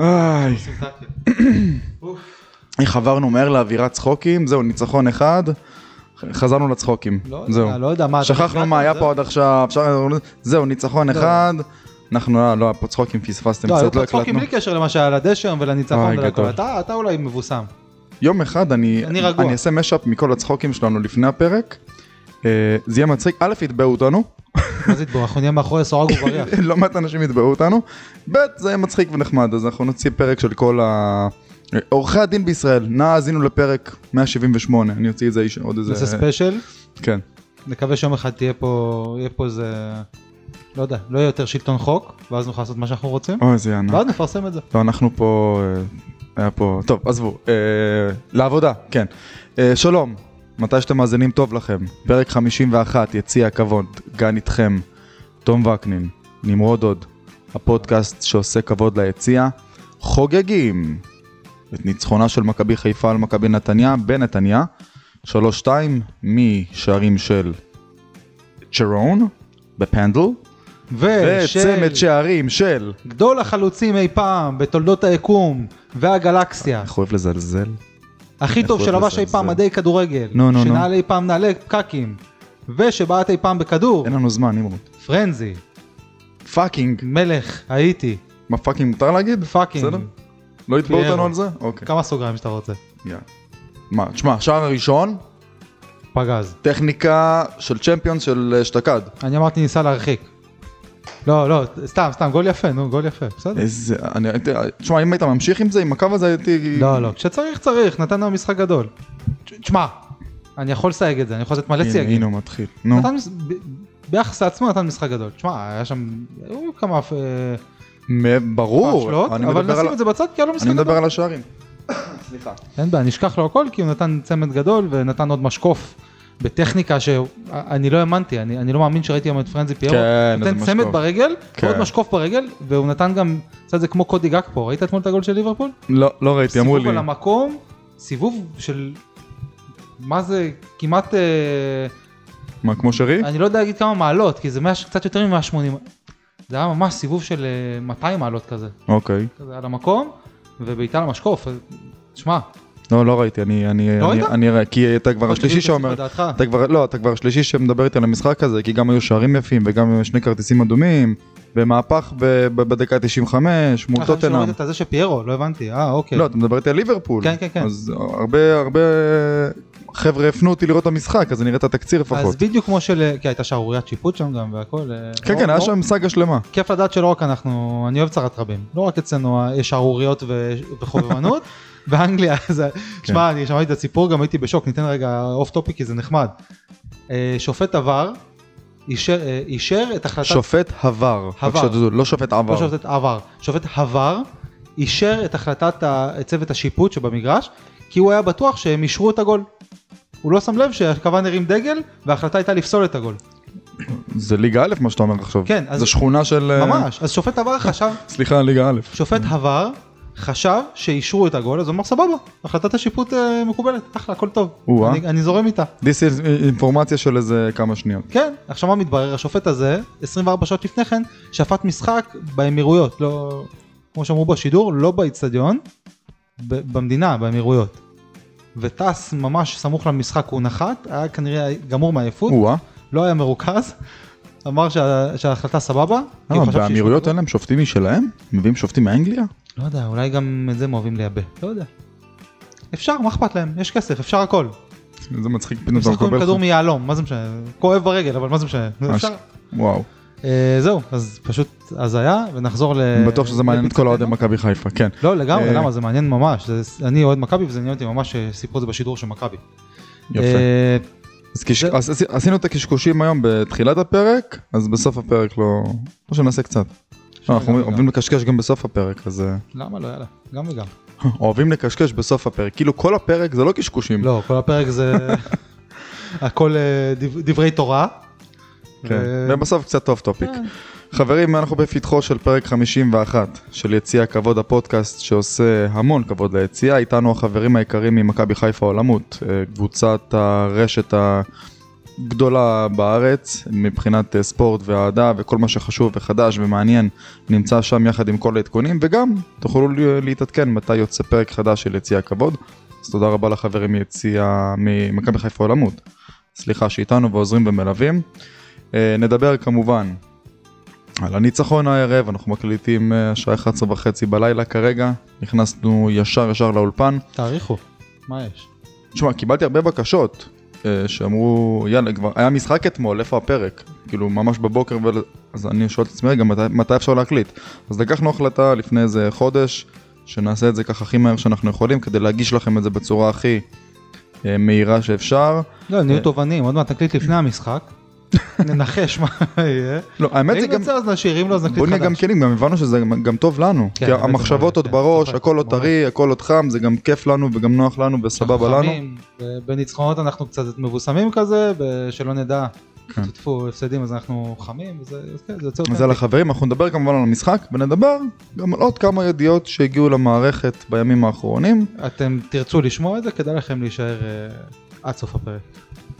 איי, סימפטיה. אוף, איך עברנו מהר לאווירת צחוקים, זהו, ניצחון אחד, חזרנו לצחוקים, לא יודע, זהו. לא יודע מה אתה שכחנו הגעת, מה היה זהו. פה עד עכשיו, אפשר- זהו, ניצחון אחד, אנחנו, אה, לא, היה פה צחוקים פספסתם, לא, היו קצת לא פה צחוקים הקלטנו. בלי קשר למה שהיה על הדשא היום ולניצחון אוי, ולכל. גדול. אתה אתה אולי מבוסם. יום אחד אני, אני רגוע. אני אעשה משאפ מכל הצחוקים שלנו לפני הפרק, אה, זה יהיה מצחיק, א', יתבעו אותנו, מה זה יתבור? אנחנו נהיה מאחורי סורג ובריח. לא מעט אנשים יתבעו אותנו, ב', זה יהיה מצחיק ונחמד, אז אנחנו נוציא פרק של כל ה... עורכי הדין בישראל, נא האזינו לפרק 178, אני אוציא את זה איש- עוד נעשה איזה... ספיישל. כן. נקווה שיום אחד תהיה פה, יהיה פה איזה, לא יודע, לא יהיה יותר שלטון חוק, ואז נוכל לעשות מה שאנחנו רוצים, אוי, זה יענה. ואז נפרסם את זה. לא, אנחנו פה, אה, היה פה, טוב, עזבו, אה, לעבודה, כן. אה, שלום, מתי שאתם מאזינים טוב לכם, פרק 51, יציע הכבוד, גן איתכם, תום וקנין, נמרוד עוד, הפודקאסט שעושה כבוד ליציע, חוגגים את ניצחונה של מכבי חיפה על מכבי נתניה, בנתניה, 3-2 משערים של צ'רון בפנדל, וצמד שערים של... גדול החלוצים אי פעם בתולדות היקום והגלקסיה, איך אוהב לזלזל? הכי טוב איך שלבש לזלזל. אי פעם מדי כדורגל, נו, נו, נו. שנעל אי פעם נעלי פקקים, ושבעט אי פעם בכדור, אין לנו זמן, נמרוד. פרנזי, פאקינג, מלך, הייתי, מה פאקינג מותר להגיד? פאקינג, כן. בסדר? לא יתבעו פיירו. אותנו על זה? אוקיי. כמה סוגריים שאתה רוצה, יאללה. מה, תשמע, השער הראשון, פגז. טכניקה של צ'מפיון של אה, אשתקד. אני אמרתי ניסה להרחיק. לא, לא, סתם, סתם, גול יפה, נו, גול יפה, בסדר. איזה, אני הייתי, תשמע, אם היית ממשיך עם זה, עם הקו הזה הייתי... לא, לא, כשצריך צריך, נתנו משחק גדול. ת- תשמע, אני יכול לסייג את זה, אני יכול לתת מלא הנה, סייגים. הנה הוא מתחיל. נו, נתן מש- ב- ביחס לעצמו נתן משחק גדול. תשמע, היה שם, היו כמה אה, מ- ברור. הפשלות, אני אבל מדבר על- נשים את זה בצד כי היה לו משחק אני מדבר גדול. על השערים. סליחה. אין בעיה, נשכח לו הכל כי הוא נתן צמד גדול ונתן עוד משקוף. בטכניקה שאני לא האמנתי, אני, אני לא מאמין שראיתי היום את פרנזי פיירו, כן, נותן איזה צמד משקוף. ברגל, כן. ועוד משקוף ברגל, והוא נתן גם, עשה את זה כמו קודי גג פה, ראית אתמול את הגול של ליברפול? לא, לא ראיתי, אמרו לי. סיבוב על המקום, סיבוב של... מה זה כמעט, אה, מה, כמו שרי? אני לא יודע להגיד כמה מעלות, כי זה 100, קצת יותר מ-180, זה היה ממש סיבוב של אה, 200 מעלות כזה, אוקיי. כזה על המקום, ובעיטה למשקוף, אז שמע, לא, לא ראיתי, אני... אני- לא אני- ראית? לא, אני ראיתי? כי אתה כבר השלישי שאומר, בדעתך. אתה כבר, לא, אתה כבר השלישי שמדבר איתי על המשחק הזה, כי גם היו שערים יפים וגם שני כרטיסים אדומים, במהפך ב- ב- בדקה 95 מול אה, חשבתי טוטנאם. שראית את זה של פיירו, לא הבנתי, אה אוקיי, לא, אתה מדבר איתי על ליברפול. כן, כן, כן. אז הרבה, הרבה חבר'ה הפנו אותי לראות את המשחק, אז אני אראה את התקציר אז לפחות. בדיוק כמו של, אה, כי הייתה שערוריית שיפוט שם גם והכל, אה, כן, לא- כן, היה לא- שם סאגה שלמה. כיף לדעת שלא רק אנחנו, אני אוהב צרת רבים, לא רק אצלנו אה, יש שערוריות ו- וחובבנות, באנגליה זה, כן. שמע, אני שמעתי את הסיפור, גם הייתי בשוק, ניתן רגע אוף טופי כי זה נחמד. אה, שופט עבר, אישר- אה, אישר את החלטת, שופט עבר. רק עבר. שתדעו, לא שופט לא עבר. שופט עבר, שופט עבר, אישר את החלטת ה- צוות השיפוט שבמגרש, כי הוא היה בטוח שהם אישרו את הגול. הוא לא שם לב שהכוון הרים דגל וההחלטה הייתה לפסול את הגול. זה ליגה א' מה שאתה אומר עכשיו. כן, אז- זה שכונה של... אה, ממש, אז שופט עבר חשב סליחה, ליגה א'. שופט עבר, חשב שאישרו את הגול, אז הוא אמר סבבה, החלטת השיפוט אה, מקובלת, אחלה, הכל טוב, או-אה. אני, אני זורם איתה. This is אינפורמציה של איזה כמה שניות. כן, עכשיו מה מתברר? השופט הזה, 24 שעות לפני כן, שפט משחק באמירויות, לא, כמו שאמרו בשידור, לא באיצטדיון, ב- במדינה, באמירויות. וטס ממש סמוך למשחק, הוא נחת, היה כנראה גמור מעייפות, או-אה. לא היה מרוכז, אמר שה, שההחלטה סבבה. כי הוא למה, חשב שאישרו באמירויות את הגול. אין להם שופטים משלהם? מביאים שופטים מאנגליה? לא יודע, אולי גם את זה הם אוהבים לייבא, לא יודע. אפשר, מה אכפת להם? יש כסף, אפשר הכל. זה מצחיק פתאום הם אתה שחקו עם מקבל כדור מיהלום, מה זה משנה? כואב ברגל, אבל מה זה משנה? אש- אפשר. וואו, אה, זהו, אז פשוט הזיה, ונחזור ל... אני בטוח שזה מעניין את כל האוהדי לפיצתנו. מכבי חיפה, כן. לא, לגמרי, אה. למה? זה מעניין ממש. זה- אני אוהד מכבי וזה עניין אותי ממש שסיפרו את זה בשידור של מכבי. יפה. אה, אז קש- זה- אז עשי- עשינו את הקשקושים היום בתחילת הפרק, אז בסוף הפרק לא... או שנעשה קצת. לא, אנחנו גם אוהבים לקשקש גם בסוף הפרק, אז... אה, וגם. למה לא, יאללה, גם וגם. אוהבים לקשקש בסוף הפרק, כאילו כל הפרק זה לא קשקושים. לא, כל הפרק זה... הכל אה, דב- דברי תורה. אה, כן. ו- ובסוף קצת אוף טופיק. כן. חברים, אנחנו בפתחו של פרק 51 של יציע כבוד הפודקאסט שעושה המון כבוד ליציע. איתנו החברים היקרים ממכבי חיפה עולמות, אה, קבוצת הרשת ה... גדולה בארץ מבחינת אה, ספורט ואהדה וכל מה שחשוב וחדש ומעניין נמצא שם יחד עם כל העדכונים וגם תוכלו ל- להתעדכן מתי יוצא פרק חדש של יציע הכבוד. אז תודה רבה לחברים מיציע ממכבי חיפה עולמות. סליחה שאיתנו ועוזרים ומלווים. אה, נדבר כמובן על הניצחון הערב, אנחנו מקליטים אה, שעה 11 וחצי בלילה כרגע, נכנסנו ישר ישר לאולפן. תעריכו, מה יש? תשמע, קיבלתי הרבה בקשות אה, שאמרו, יאללה, כבר היה משחק אתמול, איפה הפרק? כאילו, ממש בבוקר, ול... אז אני שואל את עצמי, רגע, מתי, מתי אפשר להקליט? אז לקחנו החלטה לפני איזה חודש, שנעשה את זה ככה הכי מהר שאנחנו יכולים, כדי להגיש לכם את זה בצורה הכי אה, מהירה שאפשר. לא, הם אה. נהיו תובעניים, עוד מעט נקליט לפני המשחק, ננחש מה יהיה. לא, האמת זה אם גם... נצא אז נשאיר, אם לא אז בוא נקליט נהיה גם חדש. כנים, גם הבנו שזה גם- גם טוב לנו. כן, כי האמת זה המחשבות מעולה, עוד כן, בראש, צוחק, הכל עוד ממש. טרי, הכל עוד חם, זה גם כיף לנו וגם נוח לנו וסבבה אנחנו לנו. חמים, ובניצחונות אנחנו קצת מבוסמים כזה, ב- שלא נדע, כן. טפו הפסדים אז אנחנו חמים, וזה אז כן, זה יוצא אז על אותנו. החברים, אנחנו נדבר כמובן על המשחק, ונדבר גם על עוד כמה ידיעות שהגיעו למערכת בימים האחרונים. אתם תרצו לשמוע את זה, כדאי לכם להישאר אה, עד סוף הפרק.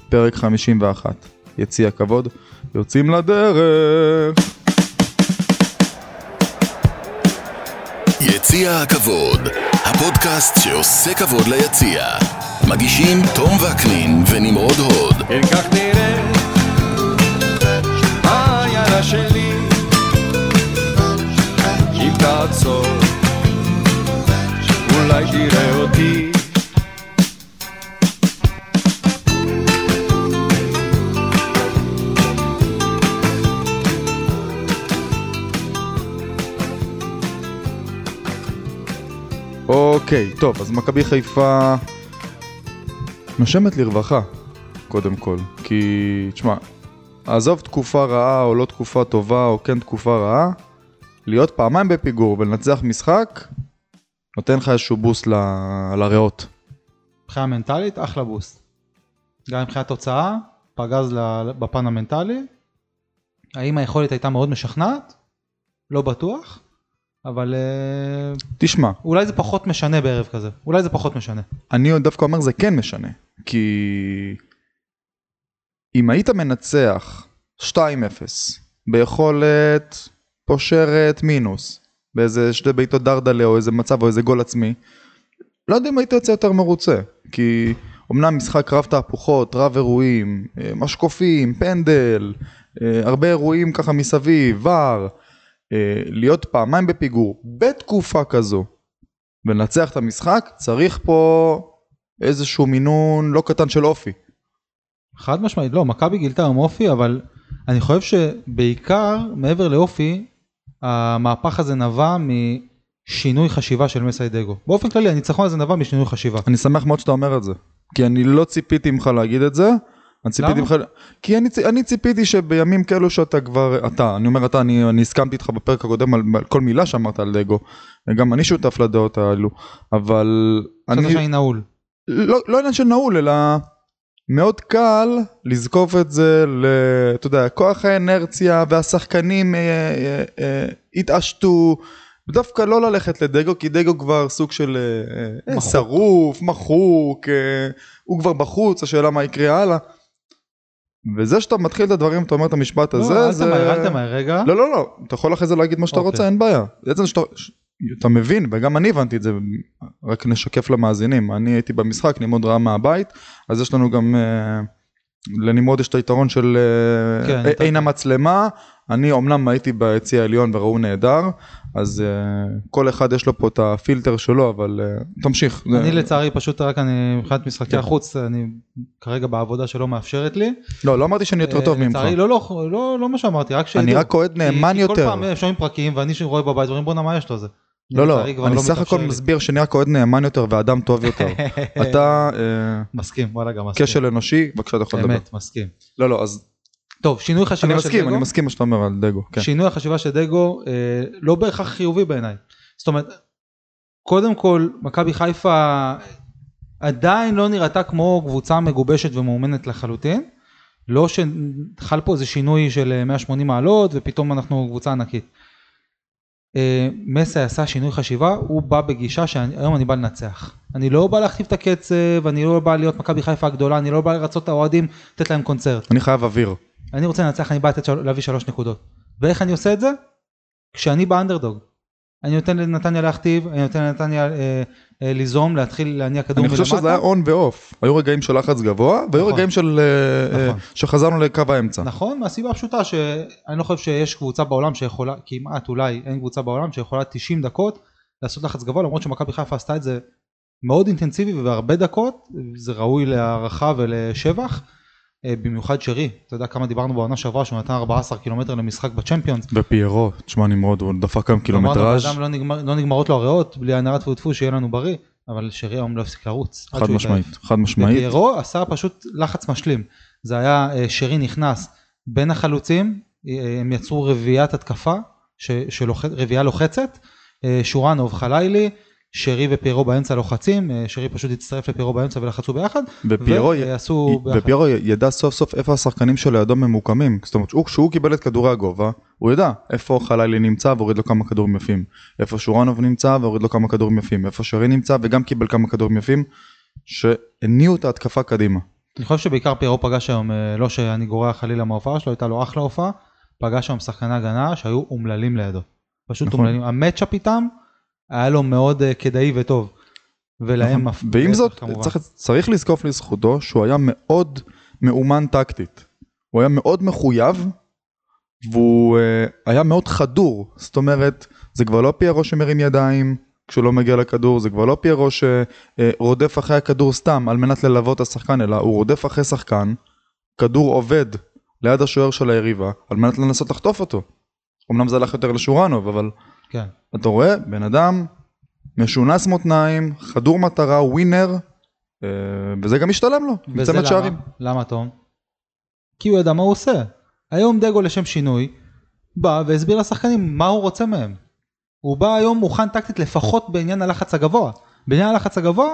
פרק 51, יציע כבוד, יוצאים לדרך. יציע הכבוד, הפודקאסט שעושה כבוד ליציע. מגישים תום וקנין ונמרוד הוד. אם כך נראה, העיירה שלי, אם תעצור, אולי תראה אותי. אוקיי, טוב, אז מכבי חיפה נושמת לרווחה, קודם כל. כי, תשמע, עזוב תקופה רעה או לא תקופה טובה או כן תקופה רעה, להיות פעמיים בפיגור ולנצח משחק, נותן לך איזשהו בוסט ל- לריאות. מבחינה מנטלית, אחלה בוסט. גם מבחינת תוצאה, פגז ל- בפן המנטלי. האם היכולת הייתה מאוד משכנעת? לא בטוח, אבל אה, תשמע, אולי זה פחות משנה בערב כזה. אולי זה פחות משנה. אני עוד דווקא אומר זה כן משנה, כי אם היית מנצח 2-0 ביכולת פושרת מינוס, באיזה שתי בעיטות דרדלה או איזה מצב או איזה גול עצמי, לא יודע אם היית יוצא יותר מרוצה, כי אמנם משחק רב תהפוכות, רב אירועים, אה, משקופים, פנדל, אה, הרבה אירועים ככה מסביב, ור, אה, להיות פעמיים בפיגור בתקופה כזו ולנצח את המשחק, צריך פה איזשהו מינון לא קטן של אופי. חד משמעית, לא, מכבי גילתה היום אופי, אבל אני חושב שבעיקר, מעבר לאופי, המהפך הזה נבע משינוי חשיבה של מסיידגו. באופן כללי, הניצחון הזה נבע משינוי חשיבה. אני שמח מאוד שאתה אומר את זה, כי אני לא ציפיתי ממך להגיד את זה. אני ציפיתי למה? ממך, כי אני, צ- אני ציפיתי שבימים כאלו שאתה כבר, אתה, אני אומר אתה, אני, אני הסכמתי איתך בפרק הקודם על, על כל מילה שאמרת על דגו, גם אני שותף לדעות האלו, אבל אני... אני, שאני נעול. לא, לא עניין של נעול, אלא מאוד קל לזקוף את זה, ל, אתה יודע, כוח האנרציה והשחקנים אה, אה, אה, התעשתו, דווקא לא ללכת לדגו, כי דגו כבר סוג של אה, אה, מחוק. שרוף, מחוק, אה, הוא כבר בחוץ, השאלה מה יקרה הלאה. וזה שאתה מתחיל את הדברים, אתה אומר את המשפט הזה, לא, אל זה... תמהר, אל תמהר, רגע. לא, לא, לא, אתה יכול אחרי זה להגיד מה שאתה אוקיי. רוצה, אין בעיה. בעצם שאתה, ש- אתה מבין, וגם אני הבנתי את זה, רק נשקף למאזינים. אני הייתי במשחק, נמרוד ראה מהבית, אז יש לנו גם, אה, לנמרוד יש את היתרון של אה, כן, אה, אתה- אין המצלמה. אני אומנם הייתי ביציע העליון וראו נהדר, אז אה, כל אחד יש לו פה את הפילטר שלו, אבל אה, תמשיך. אני זה- לצערי פשוט רק אני מבחינת משחקי כן. החוץ אני כרגע בעבודה שלא מאפשרת לי. לא, לא אמרתי שאני יותר טוב אה, ממך. לצערי לא לא לא לא מה שאמרתי רק שידעו. אני רק אוהד כי- נאמן כי כל יותר. פעם אה, שומעים פרקים ואני שרואה בבית ואומרים בואנה מה יש לו זה. לא, לא, לצערי כבר אני סך מתאפשר הכל לי. מסביר שאני רק אוהד נאמן יותר ואדם טוב יותר. אתה... אה, מסכים וואלה גם מסכים. כשל אנושי, בבקשה אתה יכול לדבר. אמת מסכים. לא, לא, אז טוב שינוי אני חשיבה של מסכים, דגו. אני מסכים מה שאתה אומר על דגו. כן. שינוי החשיבה של דגו אה, לא בהכרח חיובי בעיניי. זאת אומרת קודם כל מכבי חיפה עדיין לא נראתה כמו קבוצה מגובשת ומאומנת לחלוטין. לא שחל פה איזה שינוי של אה, 180 מעלות ופתאום אנחנו קבוצה ענקית. אה, מסי עשה שינוי חשיבה הוא בא בגישה שהיום אני בא לנצח. אני לא בא להכתיב את הקצב, אני לא בא להיות מכבי חיפה הגדולה, אני לא בא לרצות את האוהדים, לתת להם קונצרט. אני חייב אוויר. אני רוצה לנצח, אני בא לתת, של- להביא שלוש נקודות. ואיך אני עושה את זה? כשאני באנדרדוג. אני נותן לנתניה להכתיב, אני נותן לנתניה אה, אה, ליזום, להתחיל להניע כדור אני חושב שזה היה און ואוף. היו רגעים של לחץ גבוה, והיו נכון. רגעים של... אה, אה, נכון. שחזרנו לקו האמצע. נכון, מהסיבה הפשוטה שאני לא חושב שיש קבוצה בעולם שיכולה, כמעט אולי אין קבוצה בעולם שיכולה 90 דקות לעשות לחץ גבוה, למרות שמכבי חיפה עשתה את זה מאוד אינטנסיבי ובהרבה דקות, זה ראוי להערכה ולשבח, אה, במיוחד שרי, אתה יודע כמה דיברנו בעונה שעברה שהוא נתן 14 קילומטר למשחק בצ'מפיונס, ופיירו, תשמע נמרוד, הוא דפק כמה אמרנו, קילומטראז', לאדם לא, נגמר, לא נגמרות לו הריאות, בלי הנהרת טפו טפו שיהיה לנו בריא, אבל שרי היום לא הפסיק לרוץ. עד חד שהוא משמעית, התעייף. חד משמעית. ופיירו עשה פשוט לחץ משלים. זה היה אה, שרי נכנס בין החלוצים, אה, הם יצרו רביעיית התקפה, ש- שלוח- רביעייה לוחצת, אה, שורנוב חלילי, שרי ופיירו באמצע לוחצים, אה, שרי פשוט הצטרף לפיירו באמצע ולחצו ביחד, ופיירו י- ועשו ביחד. ופיירו י- ידע סוף סוף איפה השחקנים שלידו ממוקמים, זאת אומרת שהוא- כשהוא קיבל את כדורי הגובה, הוא ידע איפה חלילי נמצא והוריד לו כמה כדורים יפים, איפה שורנוב נמצא והוריד לו כמה כדורים יפים, איפה שרי נמצא וגם קיבל כמה כדורים יפים, שהניעו את ההתקפה קדימה. אני חושב שבעיקר פיירו פגש היום, אה, לא שאני גורע חלילה מההופעה שלו, הייתה לו אחלה הופעה, פגש היום שחקני הגנה שהיו אומללים לידו. פשוט נכון. אומללים. המצ'אפ איתם היה לו מאוד אה, כדאי וטוב. ולהם... אף- נכון. ועם להפך, זאת, כמובן. צריך, צריך לזקוף לזכותו שהוא היה מאוד מאומן טקטית. הוא היה מאוד מחויב, והוא אה, היה מאוד חדור. זאת אומרת, זה כבר לא פיירו שמרים ידיים כשהוא לא מגיע לכדור, זה כבר לא פיירו שרודף אחרי הכדור סתם על מנת ללוות את השחקן, אלא הוא רודף אחרי שחקן, כדור עובד ליד השוער של היריבה, על מנת לנסות לחטוף אותו. אמנם זה הלך יותר לשורנוב, אבל כן. אתה רואה, בן אדם משונס מותניים, חדור מטרה, ווינר, אה, וזה גם משתלם לו, וזה מצמד למה? שערים. למה תום? כי הוא ידע מה הוא עושה. היום דגו לשם שינוי, בא והסביר לשחקנים מה הוא רוצה מהם. הוא בא היום מוכן טקטית לפחות בעניין הלחץ הגבוה. בעניין הלחץ הגבוה,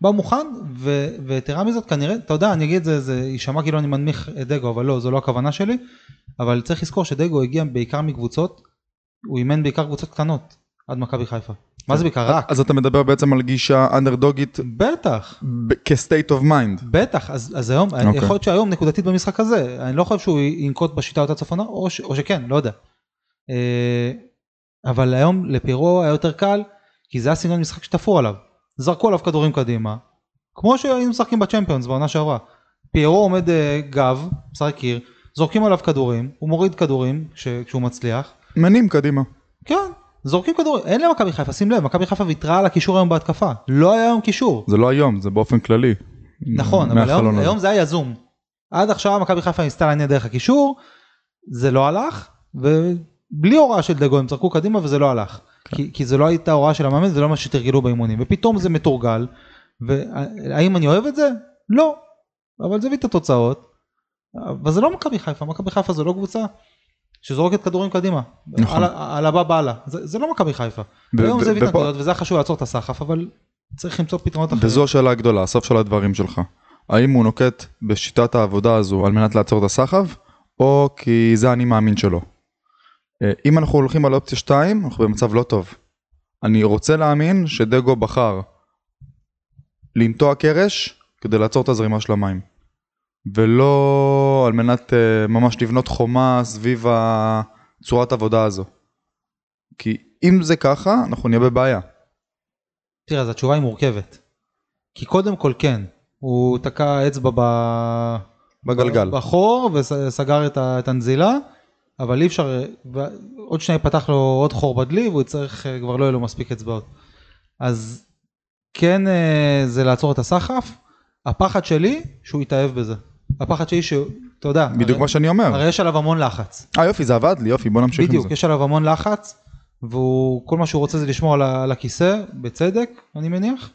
בא מוכן, ו- ויתרה מזאת כנראה, אתה יודע, אני אגיד את זה, זה יישמע כאילו אני מנמיך את דגו, אבל לא, זו לא הכוונה שלי. אבל צריך לזכור שדגו הגיע בעיקר מקבוצות, הוא אימן בעיקר קבוצות קטנות, עד מכבי חיפה. מה זה בעיקר? רק. אז אתה מדבר בעצם על גישה אנדרדוגית בטח. ב- כ-state of mind. בטח, אז, אז היום, okay. אוקיי. יכול להיות שהיום נקודתית במשחק הזה, אני לא חושב שהוא ינקוט בשיטה אותה צפונה, או, ש, או שכן, לא יודע. אה, אבל היום לפירו היה יותר קל, כי זה היה סגנון משחק שתפרו עליו. זרקו עליו כדורים קדימה, כמו שהיינו משחקים בצ'מפיונס בעונה שעברה. פיירו עומד אה, גב, משחק קיר, זורקים עליו כדורים, הוא מוריד כדורים כש, כשהוא מצליח, מנים קדימה. כן, זורקים כדורים, אין למכבי חיפה, שים לב, מכבי חיפה ויתרה על הקישור היום בהתקפה, לא היה היום קישור. זה לא היום, זה באופן כללי. נכון, אבל מהחלון היום, הזה. היום זה היה יזום. עד עכשיו מכבי חיפה ניסתה לעניין דרך הקישור, זה לא הלך, ובלי הוראה של דגו הם צחקו קדימה וזה לא הלך. כן. כי, כי זה לא הייתה הוראה של המאמן, זה לא מה שתרגלו באימונים, ופתאום זה מתורגל, והאם אני אוהב את זה? לא, אבל זה הביא את התוצאות. אבל זה לא מכבי חיפה, מכבי חיפה זה לא קבוצה שזורקת כדורים קדימה. נכון. נכון. על הבא באללה, זה, זה לא מכבי חיפה. ו- היום ו- זה הביא את ופה- הנקודות וזה היה חשוב לעצור את הסחף, אבל צריך למצוא פתרונות אחרים. וזו השאלה הגדולה, הסוף של הדברים שלך. האם הוא נוקט בשיטת העבודה הזו על מנת לעצור את הסחף, או כי זה האני מאמין שלו? אה, אם אנחנו הולכים על אופציה 2, אנחנו במצב לא טוב. אני רוצה להאמין שדגו בחר לנטוע קרש כדי לעצור את הזרימה של המים. ולא על מנת אה, ממש לבנות חומה סביב הצורת עבודה הזו. כי אם זה ככה, אנחנו נהיה בבעיה. תראה, אז התשובה היא מורכבת. כי קודם כל כן, הוא תקע אצבע ב... בגלגל. בחור וסגר את, ה... את הנזילה, אבל אי אפשר, ו- עוד שנייה פתח לו עוד חור בדלי והוא יצטרך, אה, כבר לא יהיה לו מספיק אצבעות. אז כן אה, זה לעצור את הסחף, הפחד שלי שהוא יתאהב בזה. הפחד שלי שהוא, אתה יודע, בדיוק הרי, מה שאני אומר. הרי יש עליו המון לחץ. אה יופי זה עבד לי יופי בוא נמשיך עם בדיוק, זה. יש עליו המון לחץ, והוא, כל מה שהוא רוצה זה לשמור על, ה- על הכיסא, בצדק, אני מניח.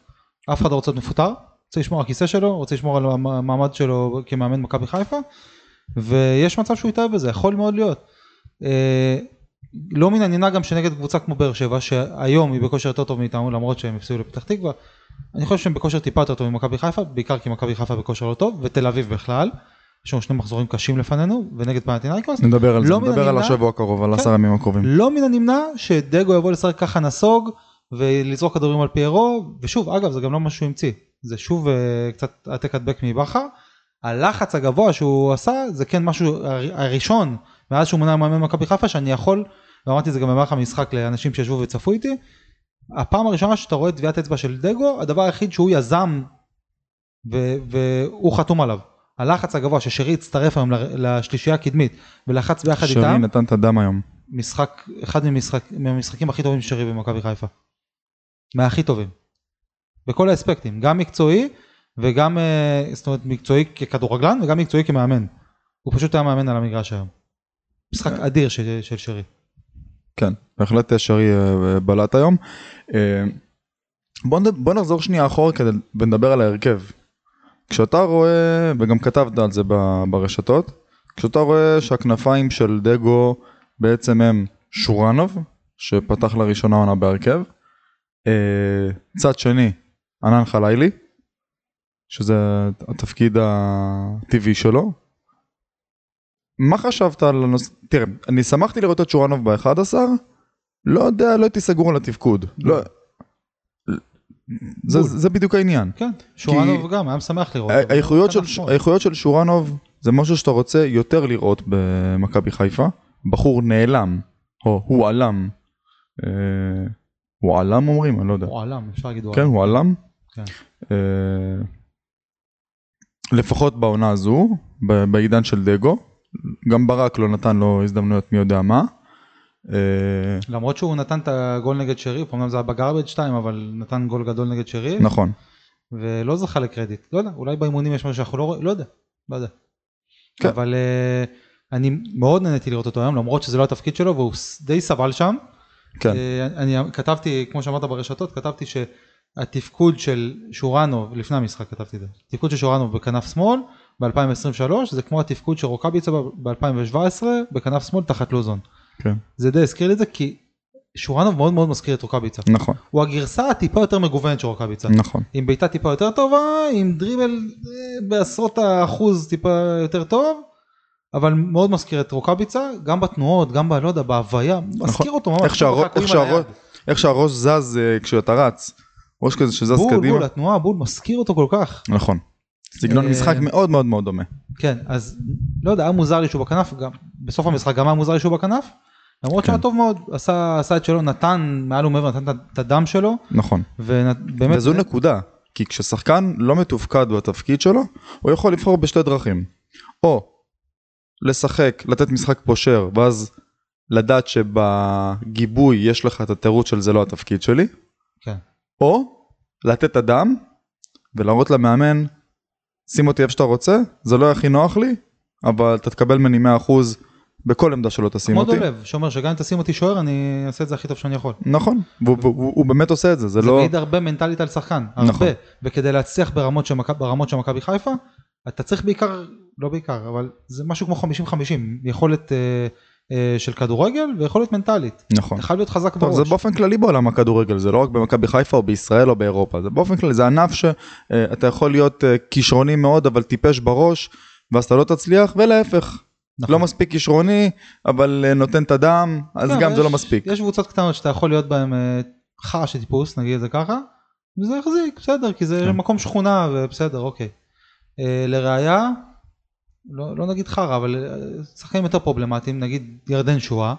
אף אחד לא רוצה להיות מפוטר, רוצה לשמור על הכיסא שלו, רוצה לשמור על המ- המעמד שלו כמאמן מכבי חיפה, ויש מצב שהוא יתאהב בזה, יכול מאוד להיות. אה, לא מן הנינה גם שנגד קבוצה כמו באר שבע, שהיום היא בכושר יותר טוב מאיתנו, למרות שהם הפסידו לפתח תקווה, אני חושב שהם בכושר טיפה יותר טוב ממכבי חיפה, בעיקר כי מכבי חיפה בכושר לא טוב, ותל אביב בכלל. יש לנו שני מחזורים קשים לפנינו, ונגד פנטינאיקוס. נדבר על זה, לא מן נדבר על הנמנע- השבוע הקרוב, על כן. עשר הימים הקרובים. לא מן הנמנע שדגו יבוא לשחק ככה נסוג ולזרוק כדורים על פיירו, ושוב, אגב, זה גם לא מה שהוא המציא, זה שוב אה, קצת העתק הדבק מבכר. הלחץ הגבוה שהוא עשה, זה כן משהו הר- הראשון, מאז שהוא מונה מאמן מכבי חיפה, שאני יכול, ואמרתי את זה גם במהלך המשחק לאנשים שישבו וצפו איתי, הפעם הראשונה שאתה רואה טביעת אצבע של דגו, הדבר היחיד שהוא יזם, ו- והוא חתום עליו. הלחץ הגבוה ששרי הצטרף היום ל- לשלישייה הקדמית ולחץ ביחד שרי איתם, נתן את הדם היום. משחק, אחד ממשחק, מהמשחקים הכי טובים ששרי במכבי חיפה. מהכי טובים. בכל האספקטים, גם מקצועי וגם, אה, זאת אומרת מקצועי ככדורגלן וגם מקצועי כמאמן. הוא פשוט היה מאמן על המגרש היום. משחק אדיר של, של שרי. כן, בהחלט שרי אה, בלט היום. אה, בוא, נד... בוא נחזור שנייה אחורה כדי ונדבר על ההרכב. כשאתה רואה, וגם כתבת על זה ב- ברשתות, כשאתה רואה שהכנפיים של דגו בעצם הם שורנוב, שפתח לראשונה עונה בהרכב, אה, צד שני, ענן חלילי, שזה התפקיד הטבעי שלו. מה חשבת על הנושא? תראה, אני שמחתי לראות את שורנוב ב-11, לא יודע, לא הייתי סגור על התפקוד. לא... זה, בול. זה בדיוק העניין. כן, שורנוב גם, היה משמח לראות. נכון. אותו. האיכויות של, לקח שמאל. האיכויות של שורנוב זה משהו שאתה רוצה יותר לראות במכבי חיפה. בחור נעלם, או הוא עלם. אה, הוא עלם אומרים? אני לא יודע. הוא עלם, אפשר להגיד הוא כן, עלם. הוא עלם. כן. אה, לפחות בעונה הזו, ב- בעידן של דגו. גם ברק לא נתן לו הזדמנויות מי יודע מה. אה, למרות שהוא נתן את הגול נגד שרי, אמנם זה היה בגרבג' 2, אבל נתן גול גדול נגד שרי, נכון. ולא זכה לקרדיט. לא יודע, אולי באימונים יש משהו שאנחנו לא רואים, לא יודע, לא יודע. כן. אבל אה, אני מאוד נהניתי לראות אותו היום, למרות שזה לא התפקיד שלו, והוא ס- די סבל שם. כן. אה, אני כתבתי, כמו שאמרת ברשתות, כתבתי שהתפקוד של שורנוב, לפני המשחק כתבתי את זה, התפקוד של שורנוב בכנף שמאל ב-2023, זה כמו התפקוד של רוקאביצה ב-2017 בכנף שמאל תחת לוזון. כן. זה די הזכיר לי את זה, כי שורנוב מאוד מאוד מזכיר את רוקאביצה. נכון. הוא הגרסה הטיפה יותר מגוונת של רוקאביצה. נכון. עם בעיטה טיפה יותר טובה, עם דריבל אה, בעשרות האחוז טיפה יותר טוב, אבל מאוד מזכיר את רוקאביצה, גם בתנועות, גם ב... לא יודע, בהוויה, מזכיר אותו ממש. נכון. איך שהרו- בחקויים איך על שהרו- היד. איך שהראש זז אה, כשאתה רץ. ראש כזה שזז בול, קדימה. בול, התנועה, בול, מזכיר אותו כל כך. נכון. סגנון אה, משחק מאוד מאוד מאוד דומה. כן, אז לא יודע, היה מוזר לי שהוא בכנף, גם בסוף המשחק גם היה מוזר לי שהוא בכנף, למרות כן. שהיה טוב מאוד, עשה, עשה את שלו, נתן מעל ומעבר, נתן את- את הדם שלו, נכון. ובאמת, וזו נקודה, כי כששחקן לא מתופקד בתפקיד שלו, הוא יכול לבחור בשתי דרכים. או לשחק, לתת משחק פושר, ואז לדעת שבגיבוי יש לך את התירוץ של זה לא התפקיד שלי, כן. או לתת אדם ולהראות למאמן, שים אותי איפה שאתה רוצה, זה לא הכי נוח לי, אבל אתה תקבל ממני 100% בכל עמדה שלא תשים כמו אותי. דולב, שאומר שגם אם תשים אותי שוער, אני אעשה את זה הכי טוב שאני יכול. נכון, והוא, והוא, הוא באמת עושה את זה, זה, זה לא... מעיד הרבה מנטלית על שחקן, הרבה, נכון. וכדי להצליח ברמות של, מכ- ברמות של מכבי חיפה, אתה צריך בעיקר, לא בעיקר, אבל זה משהו כמו 50-50, יכולת אה, אה, של כדורגל ויכולת מנטלית, נכון. אתה חייב להיות חזק טוב, בראש, זה באופן כללי בעולם הכדורגל, זה לא רק במכבי חיפה או בישראל או באירופה, זה באופן כללי, זה ענף שאתה יכול להיות אה, כישרוני מאוד אבל טיפש בראש, ואז אתה לא תצליח, ולהפך, נכון. לא מספיק כישרוני, אבל אה, נותן את הדם, אז כן, גם אבל זה לא יש- מספיק. יש קבוצות קטנות שאתה יכול להיות בהן אה, חש טיפוס, נגיד את זה ככה, וזה יחזיק, בסדר, כי זה כן. מקום שכונה, ובסדר, אוקיי. אה, לראיה, לא, לא נגיד חרא, אבל אה, שחקנים יותר פרובלמטיים, נגיד ירדן שואה,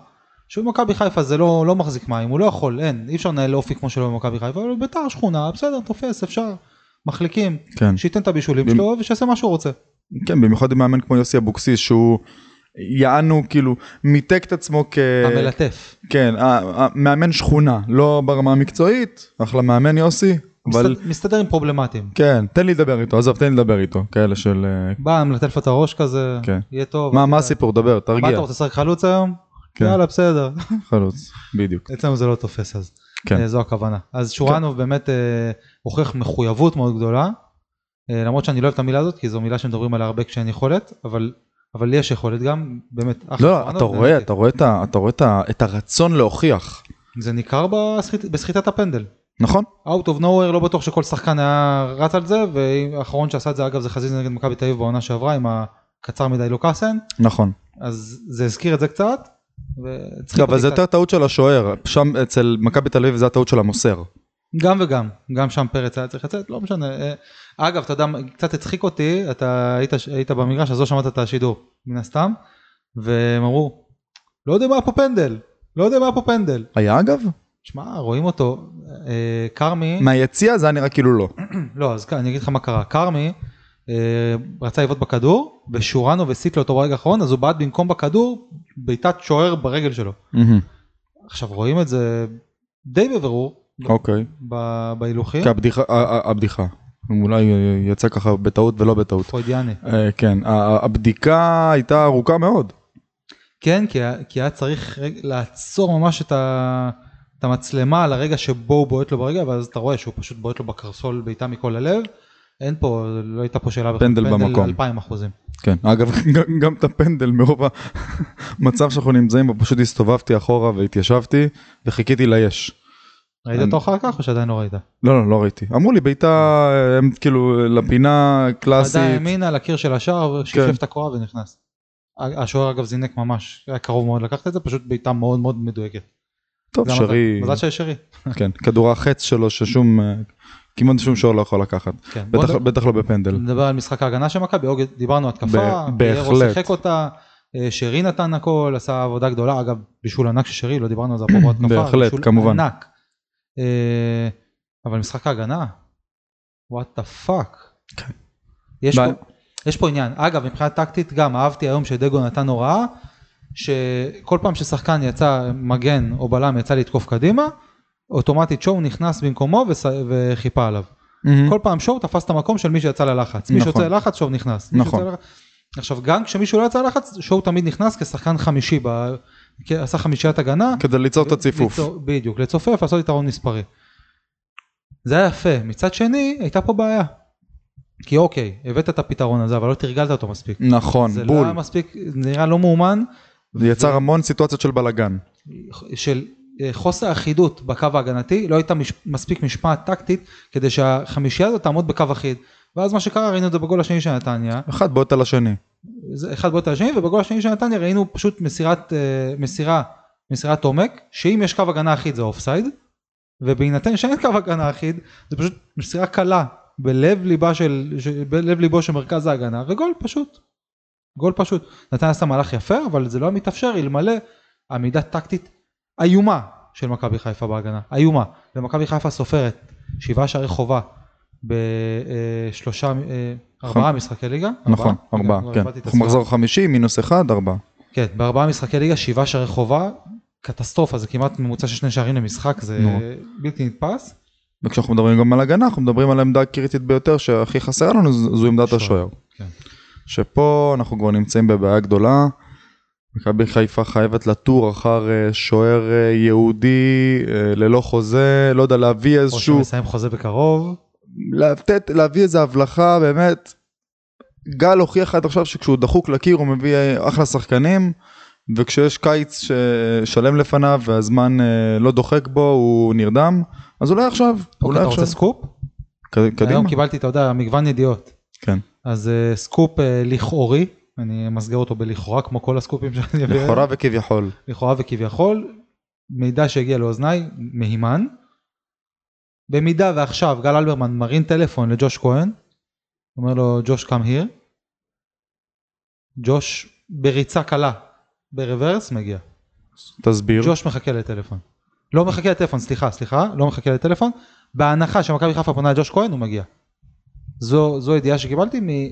שהוא במכבי חיפה זה לא, לא מחזיק מים, הוא לא יכול, אין, אי אפשר לנהל אופי כמו שלו במכבי חיפה, אבל ביתר שכונה, בסדר, תופס, אפשר, מחליקים, כן. שייתן את הבישולים במ- שלו ושיעשה מה שהוא רוצה. כן, במיוחד עם מאמן כמו יוסי אבוקסיס, שהוא יענו, כאילו, מיתק את עצמו כ... המלטף, כן, ה- ה- מאמן שכונה, לא ברמה המקצועית, אחלה מאמן יוסי, אבל... מסתד- מסתדר עם פרובלמטיים. כן, תן לי לדבר איתו, עזוב, תן לי לדבר איתו, כאלה של... אה, בא, מלטף לו את הראש כזה, כן. יהיה טוב. מה, אתה- מה הסיפור? דבר, מה תרגיע. אתה רוצה לשחק חלוץ היום? כן. יאללה בסדר. חלוץ, בדיוק. אצלנו זה לא תופס אז. כן. אה, זו הכוונה. אז שורנוב באמת אה, הוכיח מחויבות מאוד גדולה. אה, למרות שאני לא אוהב את המילה הזאת כי זו מילה שמדברים עליה הרבה כשאין יכולת אבל אבל לי יש יכולת גם באמת. אחלה לא, שורנוב, אתה רואה, באמת. אתה רואה, את ה- אתה רואה את ה- את הרצון להוכיח, זה ניכר בסחיט- בסחיטת הפנדל. נכון? Out of nowhere לא בטוח שכל שחקן היה רץ על זה והאחרון שעשה את זה אגב זה חזיזה נגד מכבי תל אביב בעונה שעברה עם הקצר מדי לוקאסן נכון. אז זה הזכיר את זה קצת וצריך לא, אבל זה קצת- יותר טעות של השוער, שם אצל מכבי תל אביב זה הטעות של המוסר. גם וגם, גם שם פרץ היה צריך לצאת, לא משנה. אה, אגב, אתה יודע, מה, קצת הצחיק אותי, אתה היית, היית במגרש, אז לא שמעת את השידור, מן הסתם, והם אמרו, לא יודע מה פה פנדל, לא יודע מה פה פנדל. היה אגב? שמע, רואים אותו, אה, כרמי, מהיציע זה היה נראה כאילו לא. לא, אז כ- אני אגיד לך מה קרה, כרמי אה, רצה לבעוט בכדור, ושורנו וסיט לו אותו ברגע האחרון, אז הוא בעט במקום בכדור, בעיטת שוער ברגל שלו. עכשיו, רואים את זה די בבירור, אוקיי. ב- בהילוכים, כי הבדיחה, ה- ה- הבדיחה. אולי אה, יצא ככה בטעות ולא בטעות. פרוידיאני. אה, כן, ה- ה- הבדיקה הייתה ארוכה מאוד. כן, כי, היה- כי היה צריך רג, לעצור ממש את, ה, את המצלמה על הרגע שבו הוא בועט לו ברגע, ואז אתה רואה שהוא פשוט בועט לו בקרסול בעיטה מכל הלב. אין פה, לא הייתה פה שאלה בכלל. פנדל במקום. אלפיים אחוזים. כן, אגב, גם- גם את הפנדל מרוב המצב שאנחנו נמצאים בו, פשוט הסתובבתי אחורה והתיישבתי וחיכיתי ליש. ראית אני- אותו אחר כך או שעדיין לא ראית? לא, לא, לא ראיתי. אמרו לי בעיטה, אה, הם כאילו לפינה עדיין קלאסית. ימינה לקיר של השער, כן. שיקף את הקורה ונכנס. ה- השוער אגב זינק ממש, היה קרוב מאוד לקחת את זה, פשוט בעיטה מאוד מאוד מדויקת. טוב, זה המזל. שרי, מזל שהיה שרי. כן, כדור החץ שלו ששום, אה, כמעט שום שוער לא יכול לקחת. כן. בוא בטח- נד- בטח לא בפנדל. נדבר על משחק ההגנה של מכבי, אוגד- דיברנו התקפה, ב- פיירו בהחלט. שיחק אותה, אה, שרי נתן הכל, עשה עבודה גדולה, אגב בישול ענק של שרי, לא דיברנו על זה אפרופו התקפה, בהחלט, בישול כמובן. ענק. אה, אבל משחק ההגנה, וואט דה פאק. כן. יש ב- פה- יש פה עניין, אגב מבחינה טקטית גם אהבתי היום שדגו נתן הוראה, שכל פעם ששחקן יצא מגן או בלם יצא לתקוף קדימה, אוטומטית שואו נכנס במקומו וס- וחיפה עליו. מהמם. כל פעם שואו תפס את המקום של מי שיצא ללחץ. מי נכון. שיוצא ללחץ שואו נכנס. מי נכון. שיוצא ללחץ- עכשיו גם כשמישהו לא יצא ללחץ שואו תמיד נכנס כשחקן חמישי, ב... כ- עשה חמישיית הגנה. כדי ליצור כן, את הציפוף. ליצור- בדיוק, לצופף לעשות יתרון מספרי. זה היה יפה. מצד שני הייתה פה בעיה. כי אוקיי, הבאת את הפתרון הזה אבל לא תרגלת אותו מספיק. נכון, זה לא בול. היה מספיק, זה נראה לא מאומן, זה יצר המון סיטואציות של בלאגן. של אה, חוסר אחידות בקו ההגנתי, לא הייתה מש, מספיק משמעת טקטית כדי שהחמישייה הזאת תעמוד בקו אחיד. ואז מה שקרה ראינו את זה בגול השני של נתניה, אחד בועט על השני. זה אחד בועט על השני ובגול השני של נתניה ראינו פשוט מסירת, אה, מסירה, מסירת עומק, שאם יש קו הגנה אחיד זה אופסייד, ובהינתן שאין קו הגנה אחיד זה פשוט מסירה קלה בלב ליבה של, של בלב ליבו של מרכז ההגנה וגול פשוט. גול פשוט. נתניה עשה מהלך יפה אבל זה לא היה מתאפשר אלמלא עמידה טקטית איומה של מכבי חיפה בהגנה, איומה. ומכבי חיפה סופרת שבעה שערי חובה בשלושה, אה, ארבעה משחקי ליגה. אוקיי, נכון, ארבעה, כבר כן. איבדתי את אנחנו הספירה. מחזור חמישי, מינוס אחד, ארבעה. כן, בארבעה משחקי ליגה, שבעה שערי חובה, קטסטרופה, זה כמעט ממוצע של שני שערים למשחק, זה נו. בלתי נתפס. וכשאנחנו מדברים גם על הגנה, אנחנו מדברים על העמדה הקריטית ביותר שהכי חסרה לנו, ז- זו עמדת שוער, השוער. כן. שפה אנחנו כבר נמצאים בבעיה גדולה. מכבי חיפה חייבת לתור אחר אה, שוער אה, יהודי אה, ללא חוזה, לא יודע, להביא או איזשהו, שמסיים חוזה בקרוב, אוקיי, לתת, להביא איזו הבלחה, באמת. גל הוכיח עד עכשיו שכשהוא דחוק לקיר הוא מביא אה, אחלה שחקנים, וכשיש קיץ ש- שלם לפניו והזמן אה, לא דוחק בו, הוא נרדם, אז אולי עכשיו, אוקיי, אולי אתה עכשיו. רוצה סקופ? ק- היום קדימה. קיבלתי, אתה יודע, מגוון ידיעות. כן. אז אה, סקופ אה, לכאורי, אני אמסגר אותו בלכאורה, כמו כל הסקופים שאני אביא. לכאורה וכביכול. לכאורה וכביכול, מידע שהגיע לאוזניי, מהימן. במידה ועכשיו גל אלברמן מרים טלפון לג'וש כהן, אומר לו ג'וש קאם היר, ג'וש בריצה קלה ברוורס מגיע, תסביר. ג'וש מחכה לטלפון, לא מחכה לטלפון סליחה סליחה לא מחכה לטלפון, בהנחה שמכבי חיפה פונה לג'וש כהן הוא מגיע, זו, זו ידיעה שקיבלתי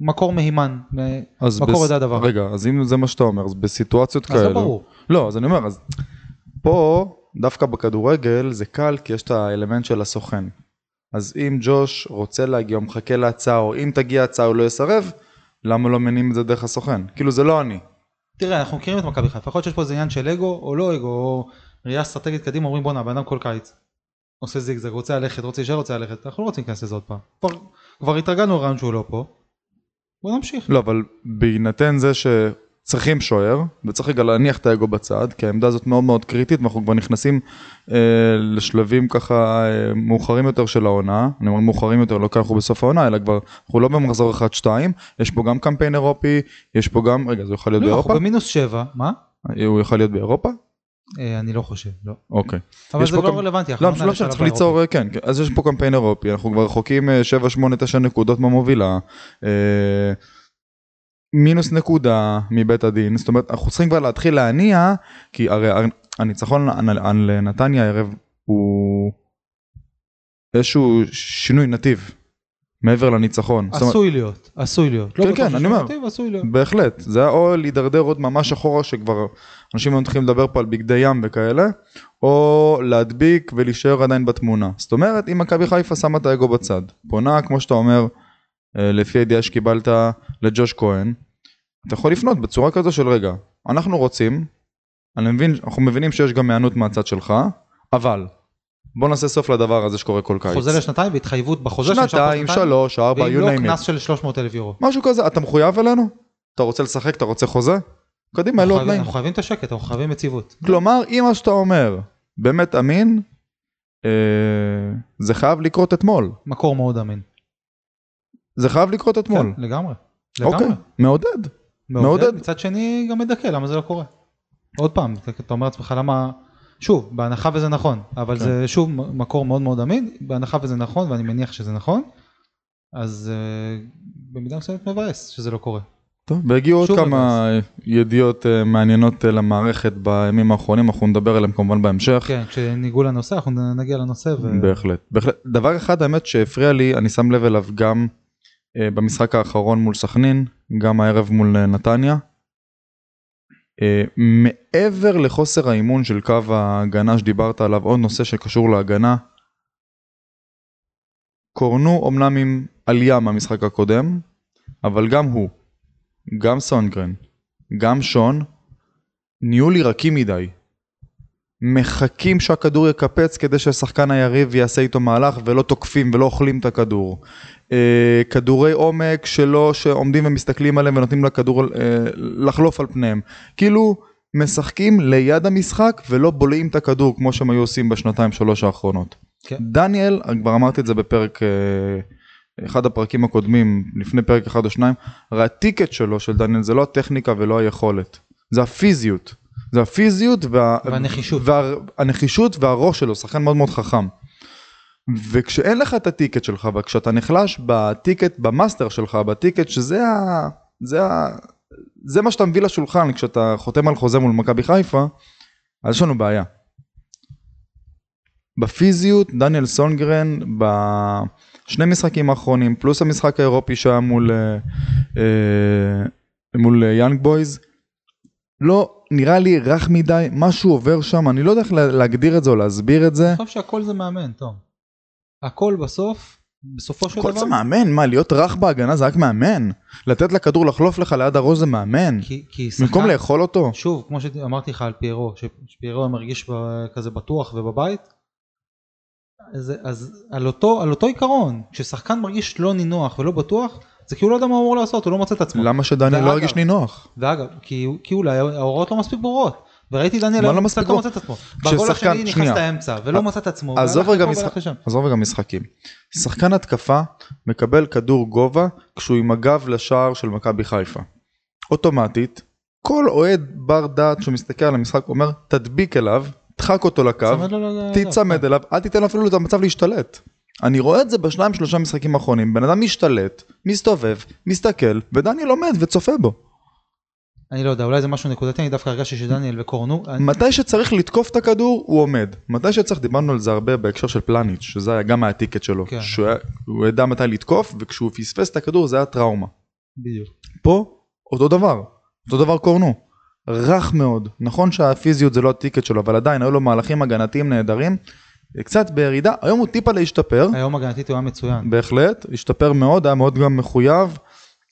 ממקור מהימן, מ- אז מקור יודע דבר. רגע, אז אם זה מה שאתה אומר, אז בסיטואציות אז כאלו... לא ברור, כן, לא, אז אני אומר, אז פה, דווקא בכדורגל, זה קל כי יש את האלמנט של הסוכן. אז אם ג'וש רוצה להגיע, הוא מחכה להצעה, או אם תגיע הצעה הוא לא יסרב, למה לא מניעים את זה דרך הסוכן? כאילו זה לא אני. תראה, אנחנו מכירים את מכבי חיפה, יכול להיות שיש פה איזה עניין של אגו או לא אגו, או ראייה אסטרטגית קדימה, אומרים בואנה, הבן אדם כל קיץ. עושה זיגזג, רוצה ללכת, רוצה להישאר, רוצה ללכת, אנחנו לא רוצים להיכנס לזה עוד פעם. כבר, כבר התרגלנו לרעיון שהוא לא פה, בוא נמשיך. לא, אבל בהינתן זה שצריכים שוער, וצריך רגע להניח את האגו בצד, כי העמדה הזאת מאוד מאוד קריטית, ואנחנו כבר נכנסים אה, לשלבים ככה אה, מאוחרים יותר של העונה. אני אומר מאוחרים יותר, לא כי אנחנו בסוף העונה, אלא כבר, אנחנו לא במחזור 1-2, יש פה גם קמפיין אירופי, יש פה גם, רגע, זה יכול להיות לא, אנחנו באירופה? במינוס שבע, מה? הוא יכול להיות באירופה? אה, אני לא חושב, לא. אוקיי. אבל יש זה פה לא גם- רלוונטי. לא, האחרונה פשוט לא משנה, לשלב צריך ליצור, אה, כן, כן, אז יש פה קמפיין אירופי, אנחנו כבר רחוקים אה, 7, 8, 9 נקודות מהמובילה, אה, מינוס נקודה מבית הדין, זאת אומרת, אנחנו צריכים כבר להתחיל להניע, כי הרי הר- הניצחון על- על על נתניה הערב הוא איזשהו שינוי נתיב, מעבר לניצחון. זאת אומרת, עשוי להיות, עשוי להיות. לא כן, בטוח כן, אני שהוא אומר. מתאים, עשוי להיות. בהחלט, זה היה או להידרדר עוד ממש אחורה שכבר אנשים היו מתחילים לדבר פה על בגדי ים וכאלה, או להדביק ולהישאר עדיין בתמונה. זאת אומרת, אם מכבי חיפה שמה את האגו בצד, פונה, כמו שאתה אומר, אה, לפי הידיעה שקיבלת לג'וש כהן, אתה יכול לפנות בצורה כזו של רגע, אנחנו רוצים, אני מבין, אנחנו מבינים שיש גם היענות מהצד שלך, אבל בוא נעשה סוף לדבר הזה שקורה כל קיץ. חוזה לשנתיים והתחייבות בחוזה שנשאר פה שנתיים, שלוש, ארבע, you ואם לא name it. קנס של 300 אלף יורו. משהו כזה, אתה מחויב אלינו? אתה רוצה לשחק, אתה רוצה חוזה? קדימה, אלו אנחנו התנאים. חייבים- אנחנו חייבים את השקט, אנחנו חייבים יציבות. כלומר, אם מה שאתה אומר באמת אמין, אה, זה חייב לקרות אתמול. מקור מאוד אמין. זה חייב לקרות אתמול. כן, לגמרי. אוקיי, לגמרי. מעודד. מעודד. מעודד. מצד שני גם מדכא, למה זה לא קורה? עוד פעם, אתה- אתה אומר לעצמך למה... שוב, בהנחה וזה נכון, אבל כן. זה שוב מ- מקור מאוד מאוד אמין, בהנחה וזה נכון, ואני מניח שזה נכון, אז אה, במידה מסוימת מבאס שזה לא קורה. טוב, והגיעו עוד שוב כמה ידיעות אה, מעניינות אה, למערכת בימים האחרונים, אנחנו נדבר עליהם כמובן בהמשך. כן, כשניגעו לנושא, אנחנו נ- נגיע לנושא ו... בהחלט. בהחלט. דבר אחד האמת שהפריע לי, אני שם לב אליו גם אה, במשחק האחרון מול סכנין, גם הערב מול אה, נתניה. אה, מעבר לחוסר האימון של קו ההגנה שדיברת עליו, עוד נושא שקשור להגנה. קורנו אמנם עם עלייה מהמשחק הקודם, אבל גם הוא, גם סונגרן, גם שון, נהיו לי רכים מדי. מחכים שהכדור יקפץ כדי שהשחקן היריב יעשה איתו מהלך ולא תוקפים ולא אוכלים את הכדור. אה, כדורי עומק שלא, שעומדים ומסתכלים עליהם ונותנים לכדור אה, לחלוף על פניהם. כאילו משחקים ליד המשחק ולא בולעים את הכדור כמו שהם היו עושים בשנתיים שלוש האחרונות. כן. דניאל, כבר אמרתי את זה בפרק, אה, אחד הפרקים הקודמים, לפני פרק אחד או שניים, הרי הטיקט שלו של דניאל זה לא הטכניקה ולא היכולת, זה הפיזיות. זה הפיזיות וה... והנחישות. וה... הנחישות והראש שלו, שחקן מאוד מאוד חכם. וכשאין לך את הטיקט שלך, וכשאתה נחלש בטיקט, במאסטר שלך, בטיקט, שזה ה... זה, ה... זה מה שאתה מביא לשולחן כשאתה חותם על חוזה מול מכבי חיפה, אז יש לנו בעיה. בפיזיות, דניאל סונגרן, בשני משחקים האחרונים, פלוס המשחק האירופי שהיה מול, אה, אה, מול אה, יאנג בויז, לא, נראה לי רך מדי, משהו עובר שם, אני לא יודע איך לה- להגדיר את זה או להסביר את זה. אני חושב שהכל זה מאמן, תום. הכל בסוף, בסופו של דבר... כל זה מאמן, מה, להיות רך בהגנה זה רק מאמן? לתת לכדור לחלוף לך ליד הראש זה מאמן? כי, כי שחקן... במקום לאכול אותו? שוב, כמו שאמרתי לך על פיירו, ש- שפיירו מרגיש ב- כזה בטוח ובבית, אז, אז על, אותו, על אותו עיקרון, כששחקן מרגיש לא נינוח ולא בטוח, זה כי הוא לא יודע מה הוא אמור לעשות, הוא לא מוצא את עצמו. למה שדניאל לא ואגב- הרגיש נינוח? ואגב, כי, הוא- כי אולי ההוראות לא מספיק ברורות. וראיתי דניאל מה היום לא קצת מספיק לא ברור? מוצא את עצמו. כששחקן- בגול השני שנייה. נכנס לאמצע ולא ע- מצא את עצמו. עזוב והלך רגע לפה משחק- והלך לשם. עזוב רגע משחקים. שחקן התקפה מקבל כדור גובה כשהוא עם הגב לשער של מכבי חיפה. אוטומטית, כל אוהד בר דעת שמסתכל על המשחק אומר, תדביק אליו, דחק אותו לקו, צמד לו כן. ל- תיצמד אליו, אל תיתן לו אפילו את המצב להשתלט. אני רואה את זה בשניים שלושה משחקים האחרונים, בן אדם משתלט, מסתובב, מסתכל, ודניאל עומד וצופה בו. אני לא יודע, אולי זה משהו נקודתי, אני דווקא הרגשתי שדניאל וקורנו, אני- מתי שצריך לתקוף את הכדור, הוא עומד. מתי שצריך, דיברנו על זה הרבה בהקשר של פלניץ', שזה היה גם הטיקט שלו. כן. שהוא היה- הוא ידע מתי לתקוף, וכשהוא פספס את הכדור זה היה טראומה. בדיוק. פה, אותו דבר. אותו דבר קורנו. רך מאוד. נכון שהפיזיות זה לא הטיקט שלו, אבל עדיין היו לו מהלכים הגנתיים נהדרים. קצת בירידה, היום הוא טיפה להשתפר. היום הגנתית הוא היה מצוין. בהחלט, השתפר מאוד, היה מאוד גם מחויב.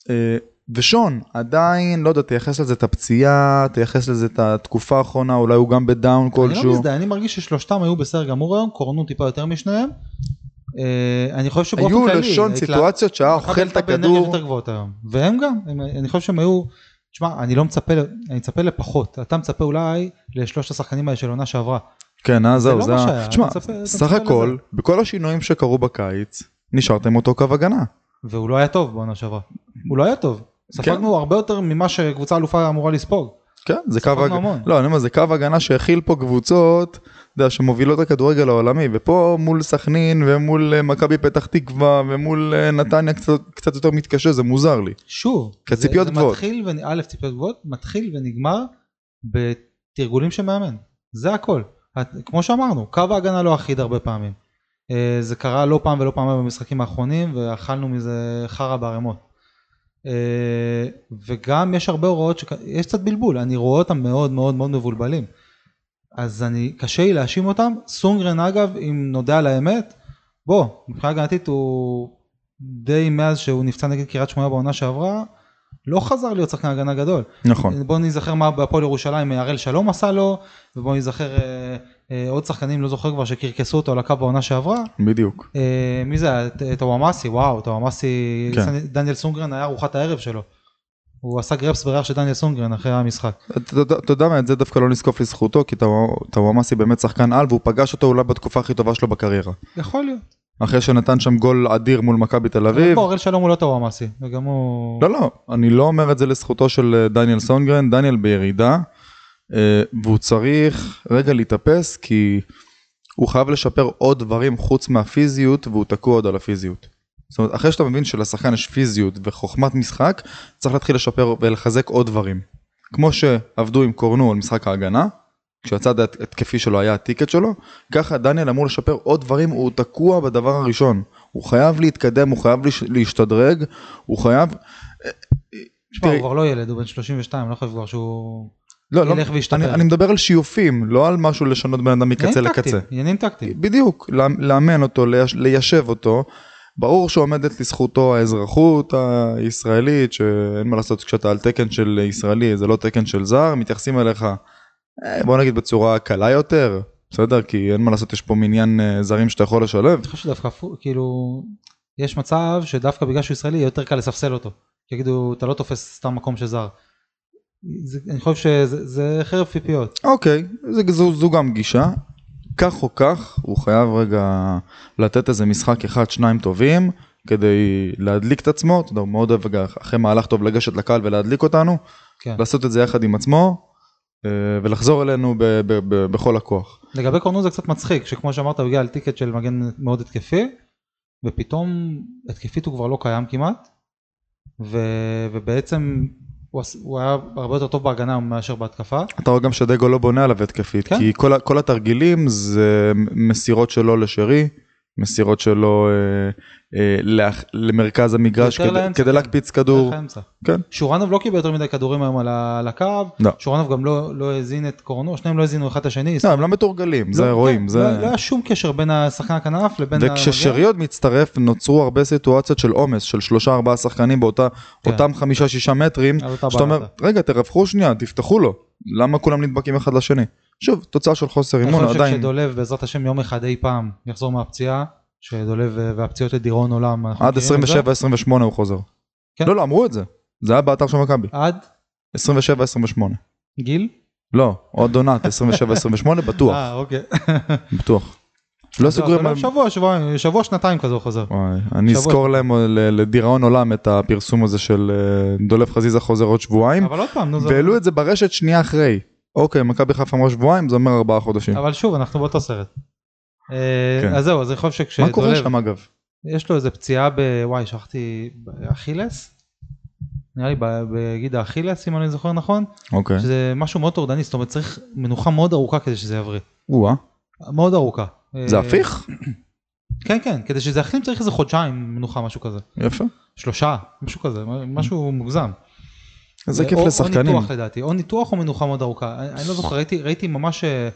אה, ושון, עדיין, לא יודע, תייחס לזה את הפציעה, תייחס לזה את התקופה האחרונה, אולי הוא גם בדאון אני לא כלשהו. מזדהה, אני מרגיש ששלושתם היו בסדר גמור היום, קורנו טיפה יותר משניהם. אה, אני חושב שבאופן היו כללי... לשון התלה- סיטואציות שהיה מכבי אוכל את הייתה באנרגיות הכדור. יותר גבוהות היום. והם גם, הם- אני חושב שהם היו... תשמע, אני לא מצפה, ל- אני מצפה לפחות. אתה מצפה אולי לשלושת השחקנים האלה של עונה שעברה. כן, אה, זהו, לא זה מה ה- שהיה, תשמע, אתה מצפה- אתה סך מצפה הכל, בכל השינויים שקרו בקיץ, נשארתם אותו קו הגנה. והוא לא היה טוב בעונה שעברה. הוא לא היה טוב. ספגנו הרבה יותר ממה שקבוצה אלופה אמורה לספוג. כן, זה קו... ספגנו הג- המון. לא, אני אומר, זה קו הגנה שהכיל פה קבוצות, אתה יודע, שמובילות את הכדורגל העולמי, ופה מול סכנין ומול אה, מכבי פתח תקווה ומול אה, נתניה קצת, קצת יותר מתקשה, זה מוזר לי. שוב, כי הציפיות זה, זה גבוהות. מתחיל, ו... א', ציפיות גבוהות, מתחיל ונגמר בתרגולים של מאמן, זה הכל. את, כמו שאמרנו, קו ההגנה לא אחיד הרבה פעמים. אה, זה קרה לא פעם ולא פעמיים במשחקים האחרונים, ואכלנו מזה חרא בערימות. אה, וגם יש הרבה הוראות, שכ- יש קצת בלבול, אני רואה אותם מאוד מאוד מאוד מבולבלים. אז אני, קשה לי להאשים אותם. סונגרן אגב, אם נודה על האמת, בוא, מבחינה הגנתית הוא די מאז שהוא נפצע נגד קריית שמונה בעונה שעברה, לא חזר להיות שחקן הגנה גדול. נכון. בוא נזכר מה בהפועל ירושלים אה, הראל שלום עשה לו, ובוא נזכר אה, אה, עוד שחקנים, לא זוכר כבר, שקרקסו אותו על הקו בעונה שעברה. בדיוק. אה, מי זה היה? ט- טוואמאסי, וואו, טוואמאסי, כן. סנ- דניאל סונגרן היה ארוחת הערב שלו. הוא עשה גרפס בריח של דניאל סונגרן אחרי המשחק. אתה יודע- אתה יודע מה, את זה דווקא לא נזקוף לזכותו, כי טוואמ- טוואמאסי באמת שחקן על, והוא פגש אותו אולי בתקופה הכי טובה שלו בקריירה. יכול להיות. אחרי שנתן שם גול אדיר מול מכבי תל אבל אביב. פה הראל שלום הוא לא טוואמאסי, וגם הוא... לא, לא, אני לא אומר את זה לזכותו של אה, דניאל סונגרן, דניאל בירידה, אה, והוא צריך רגע להתאפס, כי הוא חייב לשפר עוד דברים חוץ מהפיזיות, והוא תקוע עוד על הפיזיות. זאת אומרת, אחרי שאתה מבין שלשחקן יש פיזיות וחוכמת משחק, צריך להתחיל לשפר ולחזק עוד דברים. כמו שעבדו עם קורנו על משחק ההגנה, כשהצד ההת- התקפי שלו היה הטיקט שלו, ככה דניאל אמור לשפר עוד דברים, הוא תקוע בדבר הראשון. הוא חייב להתקדם, הוא חייב להש- להשתדרג, הוא חייב... תשמע, הוא תראי- כבר לא ילד, הוא בן 32, לא חושב כבר שהוא... לא, לא, ילך וישתפר. אני, אני מדבר על שיופים, לא על משהו לשנות בן אדם מקצה עניינים לקצה. טקטיים, עניינים טקטיים. בדיוק, לאמ- לאמן אותו, ליש- ליישב אותו. ברור שעומדת לזכותו האזרחות הישראלית, שאין מה לעשות כשאתה על תקן של ישראלי, זה לא תקן של זר, מתייחסים אליך, אה, בוא נגיד בצורה קלה יותר, בסדר? כי אין מה לעשות, יש פה מניין אה, זרים שאתה יכול לשלב. אני חושב שדווקא, הפו- כאילו, יש מצב שדווקא בגלל שהוא ישראלי יהיה יותר קל לספסל אותו. כי יגידו, אתה לא תופס סתם מקום של זר. זה- אני חושב שזה זה חרב פיפיות. אוקיי, זה, זו, זו גם גישה. כך או כך, הוא חייב רגע לתת איזה משחק אחד, שניים טובים, כדי להדליק את עצמו, אתה יודע, הוא מאוד אוהב רגע אחרי מהלך טוב לגשת לקהל ולהדליק אותנו, כן. לעשות את זה יחד עם עצמו, אה, ולחזור אלינו ב, ב, ב, בכל הכוח. לגבי קורנו זה קצת מצחיק, שכמו שאמרת, הוא הגיע על טיקט של מגן מאוד התקפי, ופתאום התקפית הוא כבר לא קיים כמעט, ו, ובעצם הוא, עש- הוא היה הרבה יותר טוב בהגנה מאשר בהתקפה. אתה רואה גם שדגו לא בונה עליו התקפית, כן. כי כל, ה- כל התרגילים זה מסירות שלו לשרי, מסירות שלו אה, אה, לאח- למרכז המגרש, יותר כדי, לאמצע, כדי כן. להקפיץ כדור. דרך האמצע. כן. שורנוב לא קיבל יותר מדי כדורים היום על, ה, על הקו, לא. שורנוב גם לא, לא האזין את קורנו, שניהם לא האזינו אחד את השני. לא, הם לא מתורגלים, זה לא- רואים, כן, זה... לא, לא היה שום קשר בין השחקן הכנף לבין המגן. וכששריוד מצטרף נוצרו הרבה סיטואציות של עומס של שלושה ארבעה שחקנים באותם כן. אה, אותם חמישה שישה מטרים על אותה שאתה אומר בעלת. רגע תרווחו שנייה תפתחו לו למה כולם נדבקים אחד לשני שוב תוצאה של חוסר אני אימון חושב עדיין שכשדולב בעזרת השם יום אחד אי פעם יחזור מהפציעה, שדולב אה, והפציעות לדיראון עולם. אנחנו עד מכירים את זה. 27 28 הוא חוזר. כן. לא לא אמרו את זה זה היה באתר של מכבי עד 27 28 גיל? לא עוד עונת 27 28 בטוח אה, אוקיי. בטוח. לא סוגרים אבל על- שבוע, שבוע, שבוע, שנתיים כזה הוא חוזר. וואי, אני שבוע. אזכור להם אה, ל- לדיראון עולם את הפרסום הזה של אה, דולב חזיזה חוזר עוד שבועיים. אבל עוד פעם, נו, זה... והעלו את זה ברשת שנייה אחרי. אוקיי, מכבי חיפה אמרה שבועיים, זה אומר ארבעה חודשים. אבל שוב, אנחנו באותו סרט. אה, כן. אז זהו, אז אני חושב שכשדולב... מה קורה שם אגב? יש לו איזה פציעה ב... וואי, שכחתי... באכילס? נראה לי ב- בגיד האכילס, אם אני זוכר נכון. אוקיי. שזה משהו מאוד טורדני, זאת אומרת צריך מנוחה מאוד ארוכה כדי שזה יבריא. או-אה, מאוד ארוכה. זה אה, הפיך? כן, כן, כדי שזה יחלים צריך איזה חודשיים מנוחה, משהו כזה. יפה. שלושה, משהו כזה, משהו מוגזם. זה אה, כיף או- או לשחקנים. ניתוח לדעתי, או ניתוח או מנוחה מאוד ארוכה. אני אני לא זוכר, ראיתי, ראיתי ממש אה,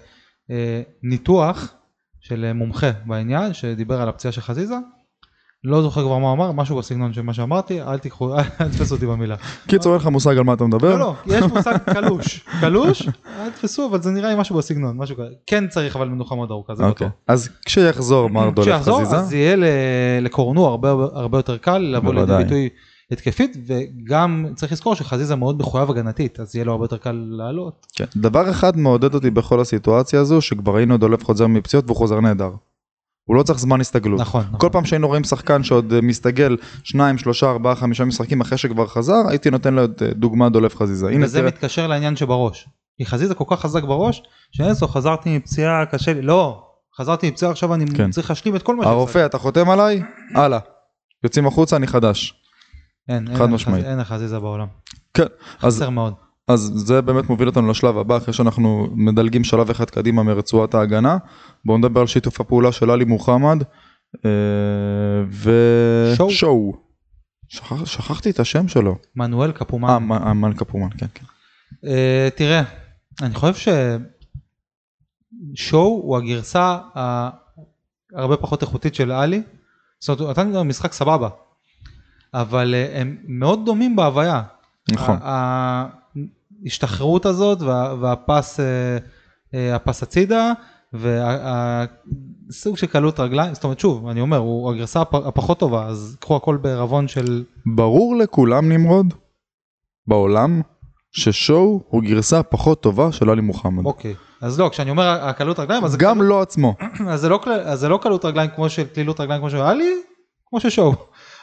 אה, ניתוח של אה, מומחה בעניין, שדיבר על הפציעה של חזיזה. לא זוכר כבר מה הוא אמר, משהו בסגנון של מה שאמרתי, אל תיקחו, אל תתפסו אותי במילה. קיצור, אין לך מושג על מה אתה מדבר? לא, לא, יש מושג קלוש. קלוש, אל תתפסו, אבל זה נראה לי משהו בסגנון, משהו כזה. כן צריך אבל מנוחה מאוד ארוכה, זה בטוח. אוקיי. אז כשיחזור מר דולף כשיחזור, אז חזיזה, יהיה ל- לקורנו הרבה הרבה יותר קל לבוא לידי בוודאי. ביטוי התקפית, וגם צריך לזכור שחזיזה מאוד מחויב הגנתית, אז יהיה לו הרבה יותר קל לעלות. כן. דבר אחד מעודד אותי בכל הסיטואציה הזו, שכבר ראינו דולף חוזר מפציעות והוא חוזר נהדר. הוא לא צריך זמן הסתגלות. נכון, כל נכון. פעם שהיינו רואים שחקן שעוד אה, מסתגל שניים, שלושה, ארבעה, חמישה משחקים אחרי שכבר חזר, הייתי נותן לו את אה, דוגמה דולף חזיזה. הנה וזה תראה, מתקשר לעניין שבראש. כי חזיזה כל כך חזק בראש, שאינסו חזרתי מפציעה קשה לי, לא, חזרתי מפציעה עכשיו אני כן. צריך להשלים את כל מה הרופא, אתה חותם עליי? הלאה. יוצאים החוצה, אני חדש. כן, אין, אין, חד אין, משמעית. חז- אין לחזיזה בעולם. כן, אז חסר מאוד. אז זה באמת מוביל אותנו לשלב הבא, אחרי שאנחנו מדלגים שלב אחד קדימה מרצועת ההגנה. בואו נדבר על שיתוף הפעולה של עלי מוחמד. אה, ו... שואו. שואו. שכח, שכחתי את השם שלו. מנואל קפומן. אה, מ- אה, מלכה פומן, כן, כן. אה, תראה, אני חושב ששואו הוא הגרסה הרבה פחות איכותית של עלי. זאת אומרת, הוא נתן גם משחק סבבה. אבל אה, הם מאוד דומים בהוויה. נכון. ה- ההשתחררות הזאת וה- והפס אה, אה, הפס הצידה והסוג של קלות רגליים, זאת אומרת שוב, אני אומר, הוא הגרסה הפ- הפחות טובה, אז קחו הכל בערבון של... ברור לכולם, נמרוד, בעולם, ששואו הוא גרסה פחות טובה של עלי מוחמד. אוקיי. אז לא, כשאני אומר הקלות רגליים, אז, אז גם לא עצמו. אז, זה לא, כל- אז זה לא קלות רגליים כמו של קלילות רגליים כמו שהיה לי, כמו ששואו.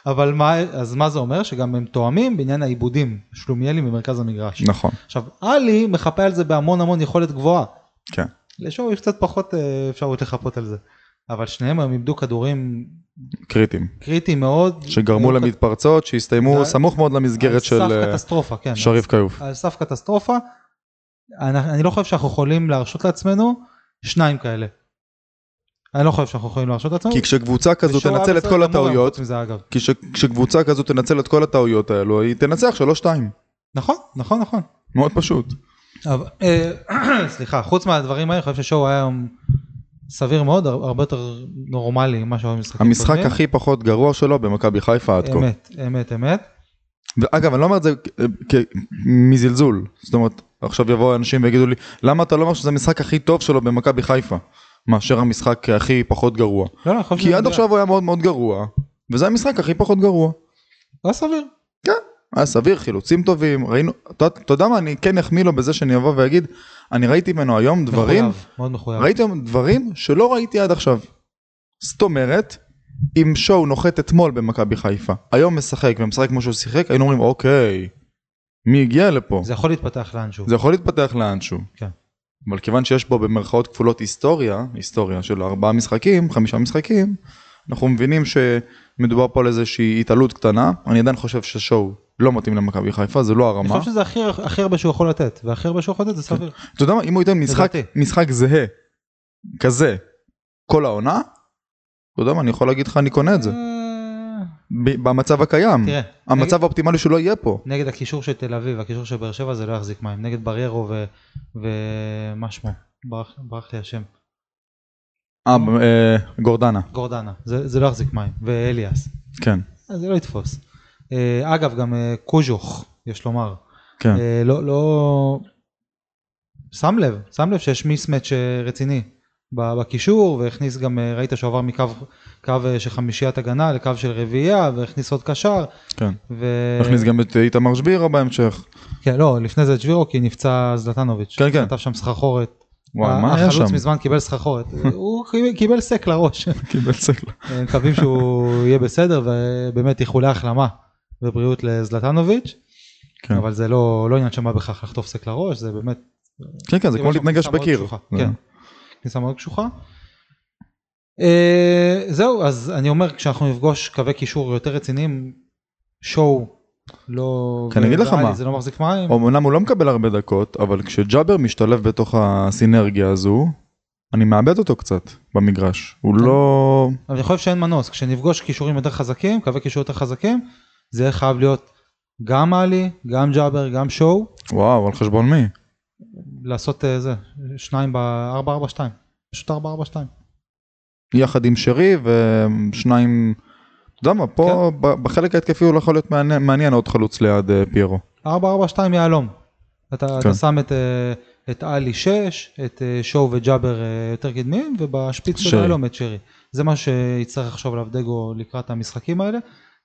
אבל מה, אז מה זה אומר? שגם הם תואמים בעניין העיבודים, שלומיאלי ממרכז המגרש. נכון, עכשיו, עלי מחפה על זה בהמון המון יכולת גבוהה. כן. לשואו יש קצת פחות אה, אפשרות לחפות על זה. אבל שניהם היום איבדו כדורים קריטיים. קריטיים מאוד. שגרמו היו ק- למתפרצות שהסתיימו זה- סמוך מאוד על למסגרת של סף אה, קטסטרופה, כן. שריף כיוף. על- על סף קטסטרופה. אני, אני לא חושב שאנחנו יכולים להרשות לעצמנו שניים כאלה. אני לא חושב שאנחנו יכולים להרשות לעצמנו. כי כשקבוצה כזו ושואו היה תנצל את בסדר כל גמור, הטעויות, חוץ מזה, אגב. כי ש- כשקבוצה כזו תנצל את כל הטעויות האלו, היא תנצח 3-2. נכון, נכון, נכון. מאוד פשוט. אבל, אה, סליחה, חוץ מהדברים האלה, אני חושב ששואו היה היום סביר מאוד, הר- הרבה יותר נורמלי ממה שהיו משחקים המשחק הכי פחות גרוע שלו במכבי חיפה עד כה. אמת, אמת, אמת. ואגב, אני לא אומר את זה כ- כ- מזלזול. זאת אומרת, עכשיו יבואו אנשים ויגידו לי, למה אתה לא אומר שזה המשחק הכי טוב שלו במכבי חיפה? מאשר המשחק הכי פחות גרוע. לא, לא, אני חושב כי שזה עד מדויק. עכשיו הוא היה מאוד מאוד גרוע, וזה המשחק הכי פחות גרוע. לא סביר. היה סביר, חילוצים טובים, ראינו, אתה אתה יודע מה, אני כן אחמיא לו בזה שאני אבוא ואגיד, אני ראיתי ממנו היום דברים, מחויב, מאוד מחויב. ראיתי היום דברים שלא ראיתי עד עכשיו. זאת אומרת, אם שואו נוחת אתמול במכבי חיפה, היום משחק ומשחק כמו שהוא שיחק, היינו אומרים, אוקיי, מי הגיע לפה? זה יכול להתפתח לאנשהו. זה יכול להתפתח לאנשהו. כן. אבל כיוון שיש בו במרכאות כפולות היסטוריה, היסטוריה של ארבעה משחקים, חמישה משחקים, אנחנו מבינים שמדובר פה על איזושהי התעלות קטנה, אני עדיין חושב ששואו לא מתאים למכבי חיפה, זה לא אני הרמה. חושב שזה הכי, הכי הרבה שהוא יכול לתת, והכי הרבה שהוא יכול לתת זה סביר. אתה יודע מה, אם הוא ייתן כן. משחק, לדעתי. משחק זהה, כזה, כל העונה, אתה יודע מה, אני יכול להגיד לך, אני קונה את זה, אה, ב- במצב הקיים. תראה, המצב האופטימלי שהוא לא יהיה פה. נגד, נגד הקישור של תל אביב, הקישור של באר שבע זה לא יחזיק מים, נגד בריירו ו... ומה שמו? ברח, ברח לי השם. אה, ב- אה, גורדנה, גורדנה, זה, זה לא יחזיק מים, ואליאס, כן, אה, זה לא יתפוס. אה, אגב, גם אה, קוז'וך, יש לומר. כן. אה, לא, לא... שם לב, שם לב שיש מיסמץ' אה, רציני ב- בקישור, והכניס גם, אה, ראית שהוא עבר מקו קו אה, של חמישיית הגנה לקו של רביעייה, והכניס עוד קשר. כן. ו... נכניס גם את איתמר שבירה בהמשך. כן, לא, לפני זה את שבירו, כי נפצע זלטנוביץ'. כן, כן. כתב שם סחרחורת. אה, וואי, מה היה החלוץ שם? מזמן קיבל סחרחורת. הוא קיבל- קיבל סק לראש. קיבל סקלה. אה, מקווים שהוא יהיה בסדר, ובאמת איחולי החלמה ובריאות לזלטנוביץ'. כן. אבל זה לא לא עניין של מה בכך לחטוף סק לראש, זה באמת כן, כן, זה כמו כיוון שהוא להתנגש כניסה מאוד בקיר. קשוחה, זה- כן, כניסה מאוד קשוחה. אה, זהו, אז אני אומר, כשאנחנו נפגוש קווי קישור יותר רציניים, שואו, לא... כי כן, אני אגיד לך וריאלי, מה. זה לא מחזיק מים. אמנם הוא לא מקבל הרבה דקות, אבל כשג'אבר משתלב בתוך הסינרגיה הזו, אני מאבד אותו קצת במגרש. הוא לא... אבל אני חושב שאין מנוס, כשנפגוש קישורים יותר חזקים, קווי קישור יותר חזקים, זה יהיה חייב להיות גם עלי, גם ג'אבר, גם שואו, וואו, על חשבון מי? לעשות אה, זה, שניים ב-442, פשוט 442. יחד עם שרי ושניים, אתה יודע מה, פה ב- בחלק ההתקפי הוא לא יכול להיות מעניין, מעניין עוד חלוץ ליד אה, פיירו. 442 יהלום. אתה, כן. אתה שם את, אה, את עלי 6, את אה, שואו וג'אבר אה, יותר קדמיים, ובשפיץ של שרי. יהלום את שרי. זה מה שיצטרך עכשיו עליו דגו לקראת המשחקים האלה.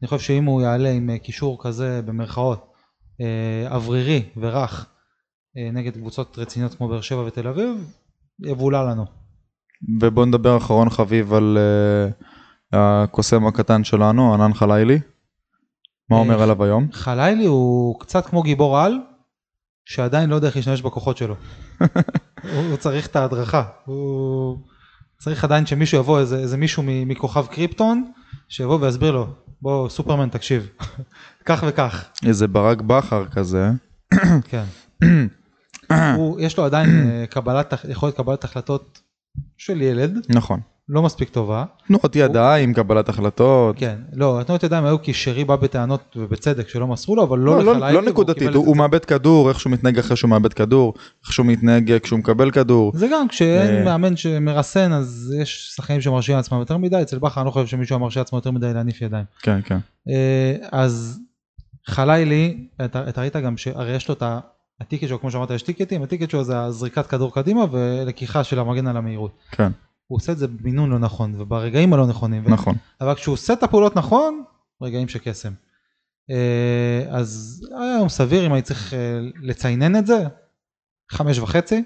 אני חושב שאם הוא יעלה עם אה, קישור כזה במרכאות אה, אוורירי ורך אה, נגד קבוצות רציניות כמו באר שבע ותל אביב, יבולע לנו. ובואו נדבר אחרון חביב על אה, הקוסם הקטן שלנו, ענן חלילי. מה אה, אומר עליו היום? חלילי הוא קצת כמו גיבור על, שעדיין לא יודע איך להשתמש בכוחות שלו. הוא הוא צריך את ההדרכה, הוא צריך עדיין שמישהו יבוא, איזה, איזה מישהו מ- מכוכב קריפטון, שיבוא ויסביר לו, בוא סופרמן תקשיב, כך וכך, איזה ברק בכר כזה. כן. הוא, יש לו עדיין אה, קבלת, הח- יכולת קבלת החלטות של ילד, נכון. לא מספיק טובה. תנועות ידעה עם קבלת החלטות. כן, לא, התנועות ידיים היו כי שרי בא בטענות ובצדק שלא מסרו לו, אבל לא לא, לחלילי. לא, לא והוא קיבל נקודתית, את זה הוא, הוא מאבד כדור, איך שהוא מתנהג אחרי שהוא מאבד כדור, איך שהוא מתנהג כשהוא מקבל כדור. זה גם כשאין אה. מאמן שמרסן אז יש שחקנים שמרשים לעצמם יותר מדי אצל בכר אני לא חושב שמישהו אמר לעצמו יותר מדי להניף ידיים כן, כן. אה, אז חלילי אתה אתה ראית גם שהרי יש לו את ה- הטיקט שלו כמו שאמרת יש טיקטים הטיקט שלו זה הזריקת כדור קדימה ולקיחה של המגן על המהירות כן, הוא עושה את זה במינון לא נכון וברגעים הלא נכונים נכון. אבל כשהוא עושה את הפעולות נכון רגעים של קסם אה, אז היה יום סביר אם הייתי צריך אה, לציינן את זה חמש וחצי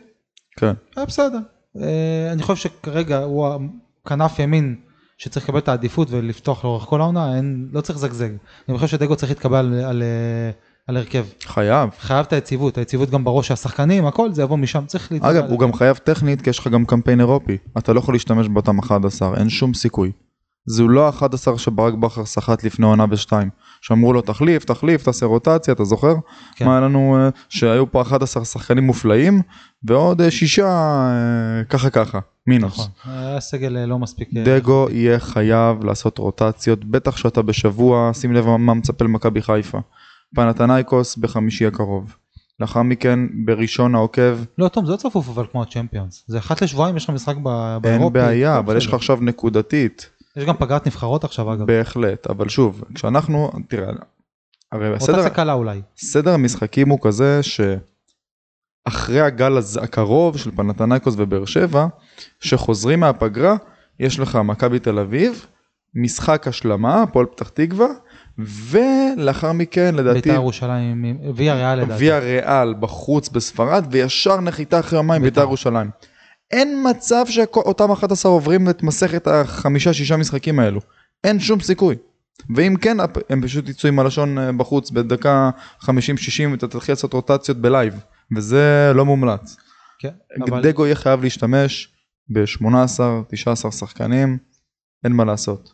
כן. היה בסדר. אה, אני חושב שכרגע הוא הכנף ימין שצריך לקבל את העדיפות ולפתוח לאורך כל העונה, אין, לא צריך לזגזג. אני חושב שדגו צריך להתקבל על, על, אה, על הרכב. חייב. חייב את היציבות, היציבות גם בראש של השחקנים, הכל, זה יבוא משם, צריך להתקבל. אגב, הוא גם חייב טכנית, כי יש לך גם קמפיין אירופי. אתה לא יכול להשתמש באותם 11, אין שום סיכוי. זהו לא ה-11 שברק בכר סחט לפני עונה ושתיים. שאמרו לו, תחליף, תחליף, תעשה רוטציה, אתה זוכר? כן. מה היה לנו, אה, שהיו פה 11 שחקנים מופלאים, ועוד אה, שישה אה, ככה ככה, מינוס. נכון, היה סגל אה, לא מספיק. אה, דגו יהיה חייב לעשות רוטציות, בטח שאתה בשבוע, שים לב מה מצפה למכבי חיפה. פנתנייקוס בחמישי הקרוב. לאחר מכן בראשון העוקב, לא, תום, זה לא צפוף אבל כמו הצ'מפיונס. זה אחת לשבועיים, יש לך משחק ב- באירופי. אין בעיה, הכל אבל יש לך בסדר. עכשיו נקודתית, יש גם פגרת נבחרות עכשיו, אגב. בהחלט, אבל שוב, כשאנחנו, תראה, הרי הסדר, רוטציה קלה אולי. סדר המשחקים הוא כזה שאחרי הגל הז- הקרוב של פנתנייקוס ובאר שבע, שחוזרים מהפגרה, יש לך מכבי תל אביב, משחק השלמה, הפועל פתח תקווה, ולאחר מכן לדעתי בית"ר ירושלים, ויה ריאל לדעתי. ויה ריאל בחוץ בספרד, וישר נחיתה אחרי יומיים בית"ר. בית"ר ירושלים. אין מצב שאותם 11 עוברים את מסכת החמישה-שישה משחקים האלו. אין שום סיכוי. ואם כן, הפ- הם פשוט יצאו עם הלשון אה, בחוץ בדקה 50-60 ואתה תתחיל לעשות רוטציות בלייב, וזה לא מומלץ. כן, אבל... אבל- דגו יהיה חייב להשתמש ב-18-19 שחקנים, אין מה לעשות.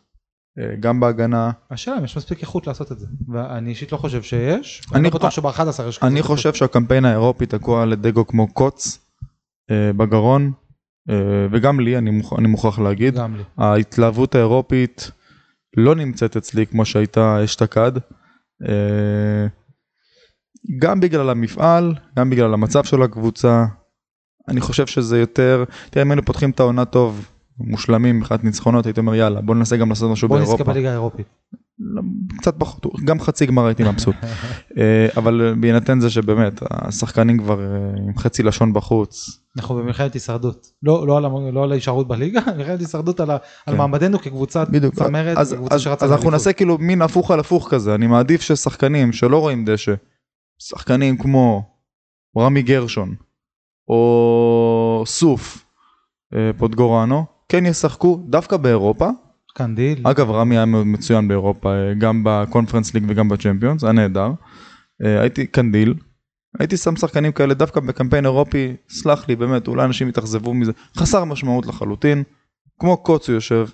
אה, גם בהגנה, השאלה אם יש מספיק איכות לעשות את זה. ואני אישית לא חושב שיש. אני- אני לא בטוח שב-11 יש כזאת אני איכות. חושב שהקמפיין האירופי תקוע לדגו כמו קוץ אה, בגרון, אה, וגם לי, אני, מוכ... אני מוכרח להגיד. גם לי. ההתלהבות האירופית לא נמצאת אצלי כמו שהייתה אשתקד. אה, גם בגלל המפעל, גם בגלל המצב של הקבוצה. אני חושב שזה יותר, תראה אם היינו פותחים את העונה טוב, מושלמים מבחינת ניצחונות, הייתי אומר יאללה בוא ננסה גם לעשות משהו בוא באירופה. נזכה בליגה האירופית. לא, קצת פחות, גם חצי גמר הייתי מבסוט. אה, אבל בהינתן זה שבאמת, השחקנים כבר אה, עם חצי לשון בחוץ. אנחנו במלחמת הישרדות. לא לא על המ- לא על ההישארות בליגה, מלחמת הישרדות על ה- על כן. מעמדנו כקבוצת בדיוק. צמרת, אז, וקבוצה אז, שרצה אז אנחנו לאליפות. נעשה כאילו מין הפוך על הפוך כזה, אני מעדיף ששחקנים שלא רואים דשא, שחקנים כמו רמי גרשון, או סוף, אה, פוטגורנו, כן ישחקו דווקא באירופה. קנדיל. אגב, רמי היה מאוד מצוין באירופה, אה, גם בקונפרנס ליג וגם בצ'מפיונס, היה נהדר. אה, הייתי קנדיל, הייתי שם שחקנים כאלה דווקא בקמפיין אירופי, סלח לי באמת, אולי אנשים יתאכזבו מזה, חסר משמעות לחלוטין, כמו קוץ הוא יושב,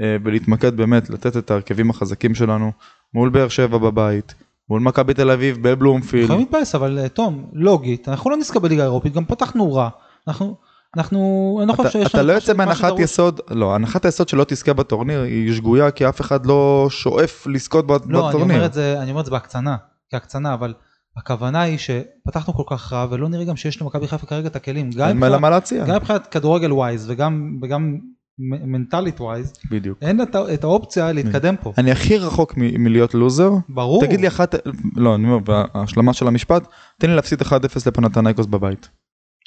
אה, ולהתמקד באמת, לתת את ההרכבים החזקים שלנו, מול באר שבע בבית, מול מכבי תל אביב בבלומפילד, יכולים להתבאס, אבל אה, תום, לוגית, אנחנו לא נזכה בליגה האירופית, גם פתחנו רע. אנחנו, אנחנו, אני לא חושב אתה, שיש אתה לנו לא מה יוצא ש- מה מהנחת שדרוש. יסוד, לא, הנחת היסוד שלא תזכה בטורניר היא שגויה כי אף אחד לא שואף לזכות בת- לא, אני בטורניר. אומר את זה, אני אומר את זה בהקצנה, כהקצנה, אבל הכוונה היא שפתחנו כל כך רע, ולא נראה גם שיש למכבי חיפה כרגע את הכלים. אין גם מה- מבחינת- למה להציע, גם מבחינת כדורגל ווייז וגם וגם מ- מנטלית ווייז בדיוק. אין את, ה- את האופציה להתקדם פה אני הכי רחוק מ- מלהיות לוזר. ברור תגיד לי אחת, לא, אני אומר, ההשלמה של המשפט, תן לי להפסיד 1-0 לפנתנייקוס בבית.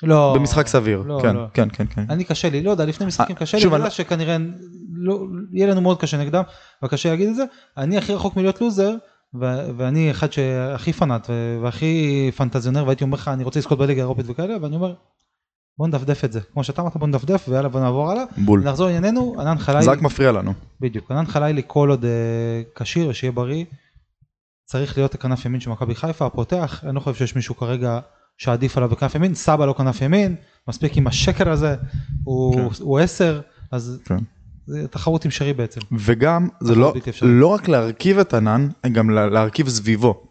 לא במשחק סביר. לא, כן, לא. כן, כן, כן. אני קשה לי לא יודע לפני משחקים אה, קשה לי שוב, אני יודע אני- שכנראה לא, יהיה לנו מאוד קשה נגדם וקשה להגיד את זה אני הכי רחוק מלהיות לוזר ו- ואני אחד שהכי פנאט ו- והכי פנטזיונר והייתי אומר לך אני רוצה לזכות בליגה האירופית וכאלה ואני אומר בוא נדפדף את זה. כמו שאתה אמרת, בוא נדפדף ויאללה בוא נעבור הלאה. בול. נחזור לענייננו, ענן זה חלילי, רק מפריע לנו. בדיוק, ענן חלילי כל עוד אה, כשיר ושיהיה בריא, צריך להיות הכנף ימין של מכבי חיפה, הפותח, אני לא חושב שיש מישהו כרגע שעדיף עליו בכנף ימין, סבא לא כנף ימין, מספיק עם השקר הזה, הוא, כן. הוא עשר, אז כן. זה תחרות עם שרי בעצם. וגם זה לא, בלתי אפשרי. לא רק להרכיב את ענן, גם לה- להרכיב סביבו.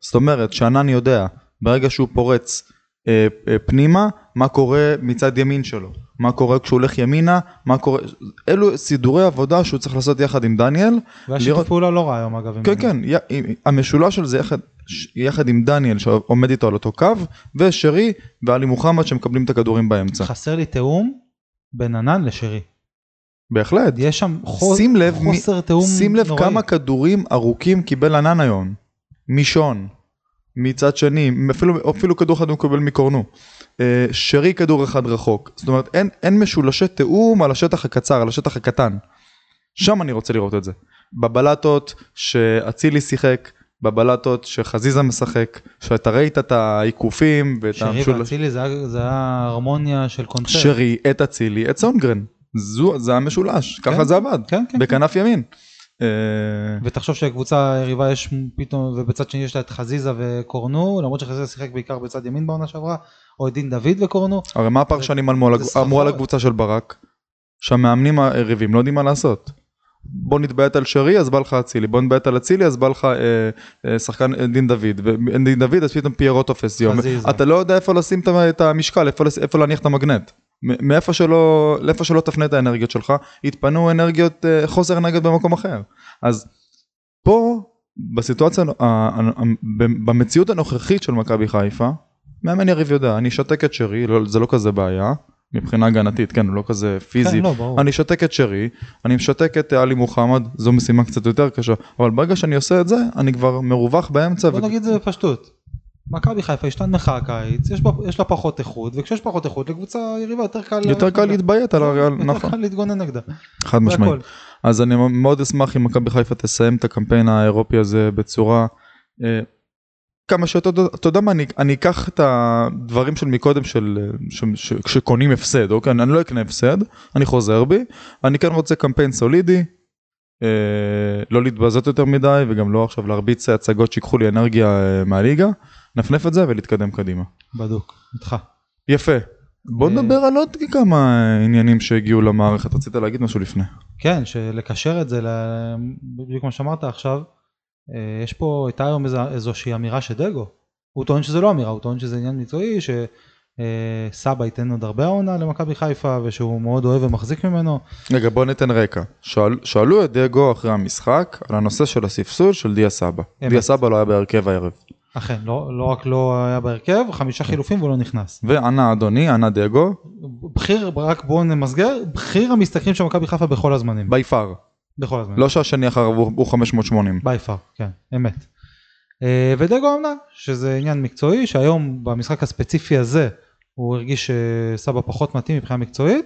זאת אומרת שענן יודע, ברגע שהוא פורץ אה, אה, פנימה, מה קורה מצד ימין שלו, מה קורה כשהוא הולך ימינה, מה קורה, אלו סידורי עבודה שהוא צריך לעשות יחד עם דניאל. והיה שיתוף לראות- פעולה לא רע היום אגב. עם- כן כן, י, עם- המשולש של זה יחד, ש- יחד עם דניאל שעומד איתו על אותו קו, ושרי ועלי מוחמד שמקבלים את הכדורים באמצע. חסר לי תיאום בין ענן לשרי. בהחלט. יש שם חוס- שים לב מי- חוסר תיאום נוראי. שים לב כמה כדורים ארוכים קיבל ענן היום, משון, מצד שני, אפילו, אפילו כדור אחד הוא קיבל מקורנו, אה, שרי כדור אחד רחוק, זאת אומרת אין, אין משולשי תיאום על השטח הקצר, על השטח הקטן, שם אני רוצה לראות את זה, בבלטות שאצילי שיחק, בבלטות שחזיזה משחק, שאתה ראית את העיקופים ואת שרי ואצילי זה היה- זה היה הרמוניה של קונצרט. אה, שרי, את אצילי, את סונגרן, זו, זה המשולש, כן, ככה זה עבד, כן, כן. בכנף ימין. אה, ותחשוב שלקבוצה יריבה יש פתאום, ובצד שני יש לה את חזיזה וקורנו, למרות שחזיזה שיחק בעיקר בצד ימין בעונה שעברה, או את דין דוד וקורנו, הרי מה הפרשנים אמרו על זה הגב- אמרו על סחבת. הקבוצה של ברק? שהמאמנים היריבים לא יודעים מה לעשות. בוא נתביית על שרי אז בא לך אצילי, בוא נתביית על אצילי אז בא לך אה, אה, שחקן אה, דין דוד, ואין דין דוד אז פתאום פיירו תופס יום. חזיזה. אתה לא יודע איפה לשים את ה- את המשקל, איפה לס- איפה להניח את המגנט. מ- מאיפה שלא, לאיפה שלא תפנה את האנרגיות שלך, יתפנו אנרגיות, אה, חוסר אנרגיות במקום אחר. אז פה, בסיטואציה, ה- ה- ה- במציאות הנוכחית של מכבי חיפה, מאמן יריב יודע, אני אשתק את שרי, לא, זה לא כזה בעיה, מבחינה הגנתית, כן, הוא לא כזה פיזי. כן, לא, ברור. אני אשתק את שרי, אני משתק את עלי מוחמד, זו משימה קצת יותר קשה, אבל ברגע שאני עושה את זה, אני כבר מרווח באמצע. בוא נגיד את זה בפשטות. מכבי חיפה השתנמכה הקיץ, יש, בה, יש לה פחות איכות, וכשיש פחות איכות לקבוצה יריבה יותר קל... יותר קל להתביית על הריאל, יותר נכון, קל להתגונן נגדה. חד זה משמעית. הכל. אז אני מאוד אשמח אם מכבי חיפה תסיים את הקמפיין האירופי הזה בצורה אה, כמה שיותר, אתה יודע מה, אני, אני אקח את הדברים של מקודם של, אה, ש, ש, כשקונים הפסד, אוקיי? אני לא אקנה הפסד, אני חוזר בי, אני כן רוצה קמפיין סולידי, אה, לא להתבזות יותר מדי וגם לא עכשיו להרביץ הצגות שיקחו לי אנרגיה אה, מהליגה, נפנף את זה ולהתקדם קדימה. בדוק, איתך. יפה. בוא אה. נדבר על עוד כמה עניינים שהגיעו למערכת, רצית להגיד משהו לפני. כן, שלקשר את זה, ל- בדיוק כמו שאמרת עכשיו, אה, יש פה, הייתה היום איזה- איזושהי אמירה של דגו. הוא טוען שזה לא אמירה, הוא טוען שזה עניין מקצועי, שסבא ייתן עוד הרבה העונה למכבי חיפה, ושהוא מאוד אוהב ומחזיק ממנו. רגע בוא ניתן רקע, שאל, שאלו את דגו אחרי המשחק על הנושא של הספסול של דיה סבא, אמת. דיה סבא לא היה בהרכב הערב, אכן, לא, לא רק לא היה בהרכב, חמישה חילופים והוא לא נכנס. וענה אדוני, ענה דגו, בכיר, רק בואו נמסגר, בכיר המשתכרים של מכבי חיפה בכל הזמנים. בי פאר, בכל הזמנים. לא שהשני אחריו הוא, הוא 580, ביי פאר, כן, אמת. אה, ודגו אמנה שזה עניין מקצועי, שהיום במשחק הספציפי הזה הוא הרגיש שסבא פחות מתאים מבחינה מקצועית,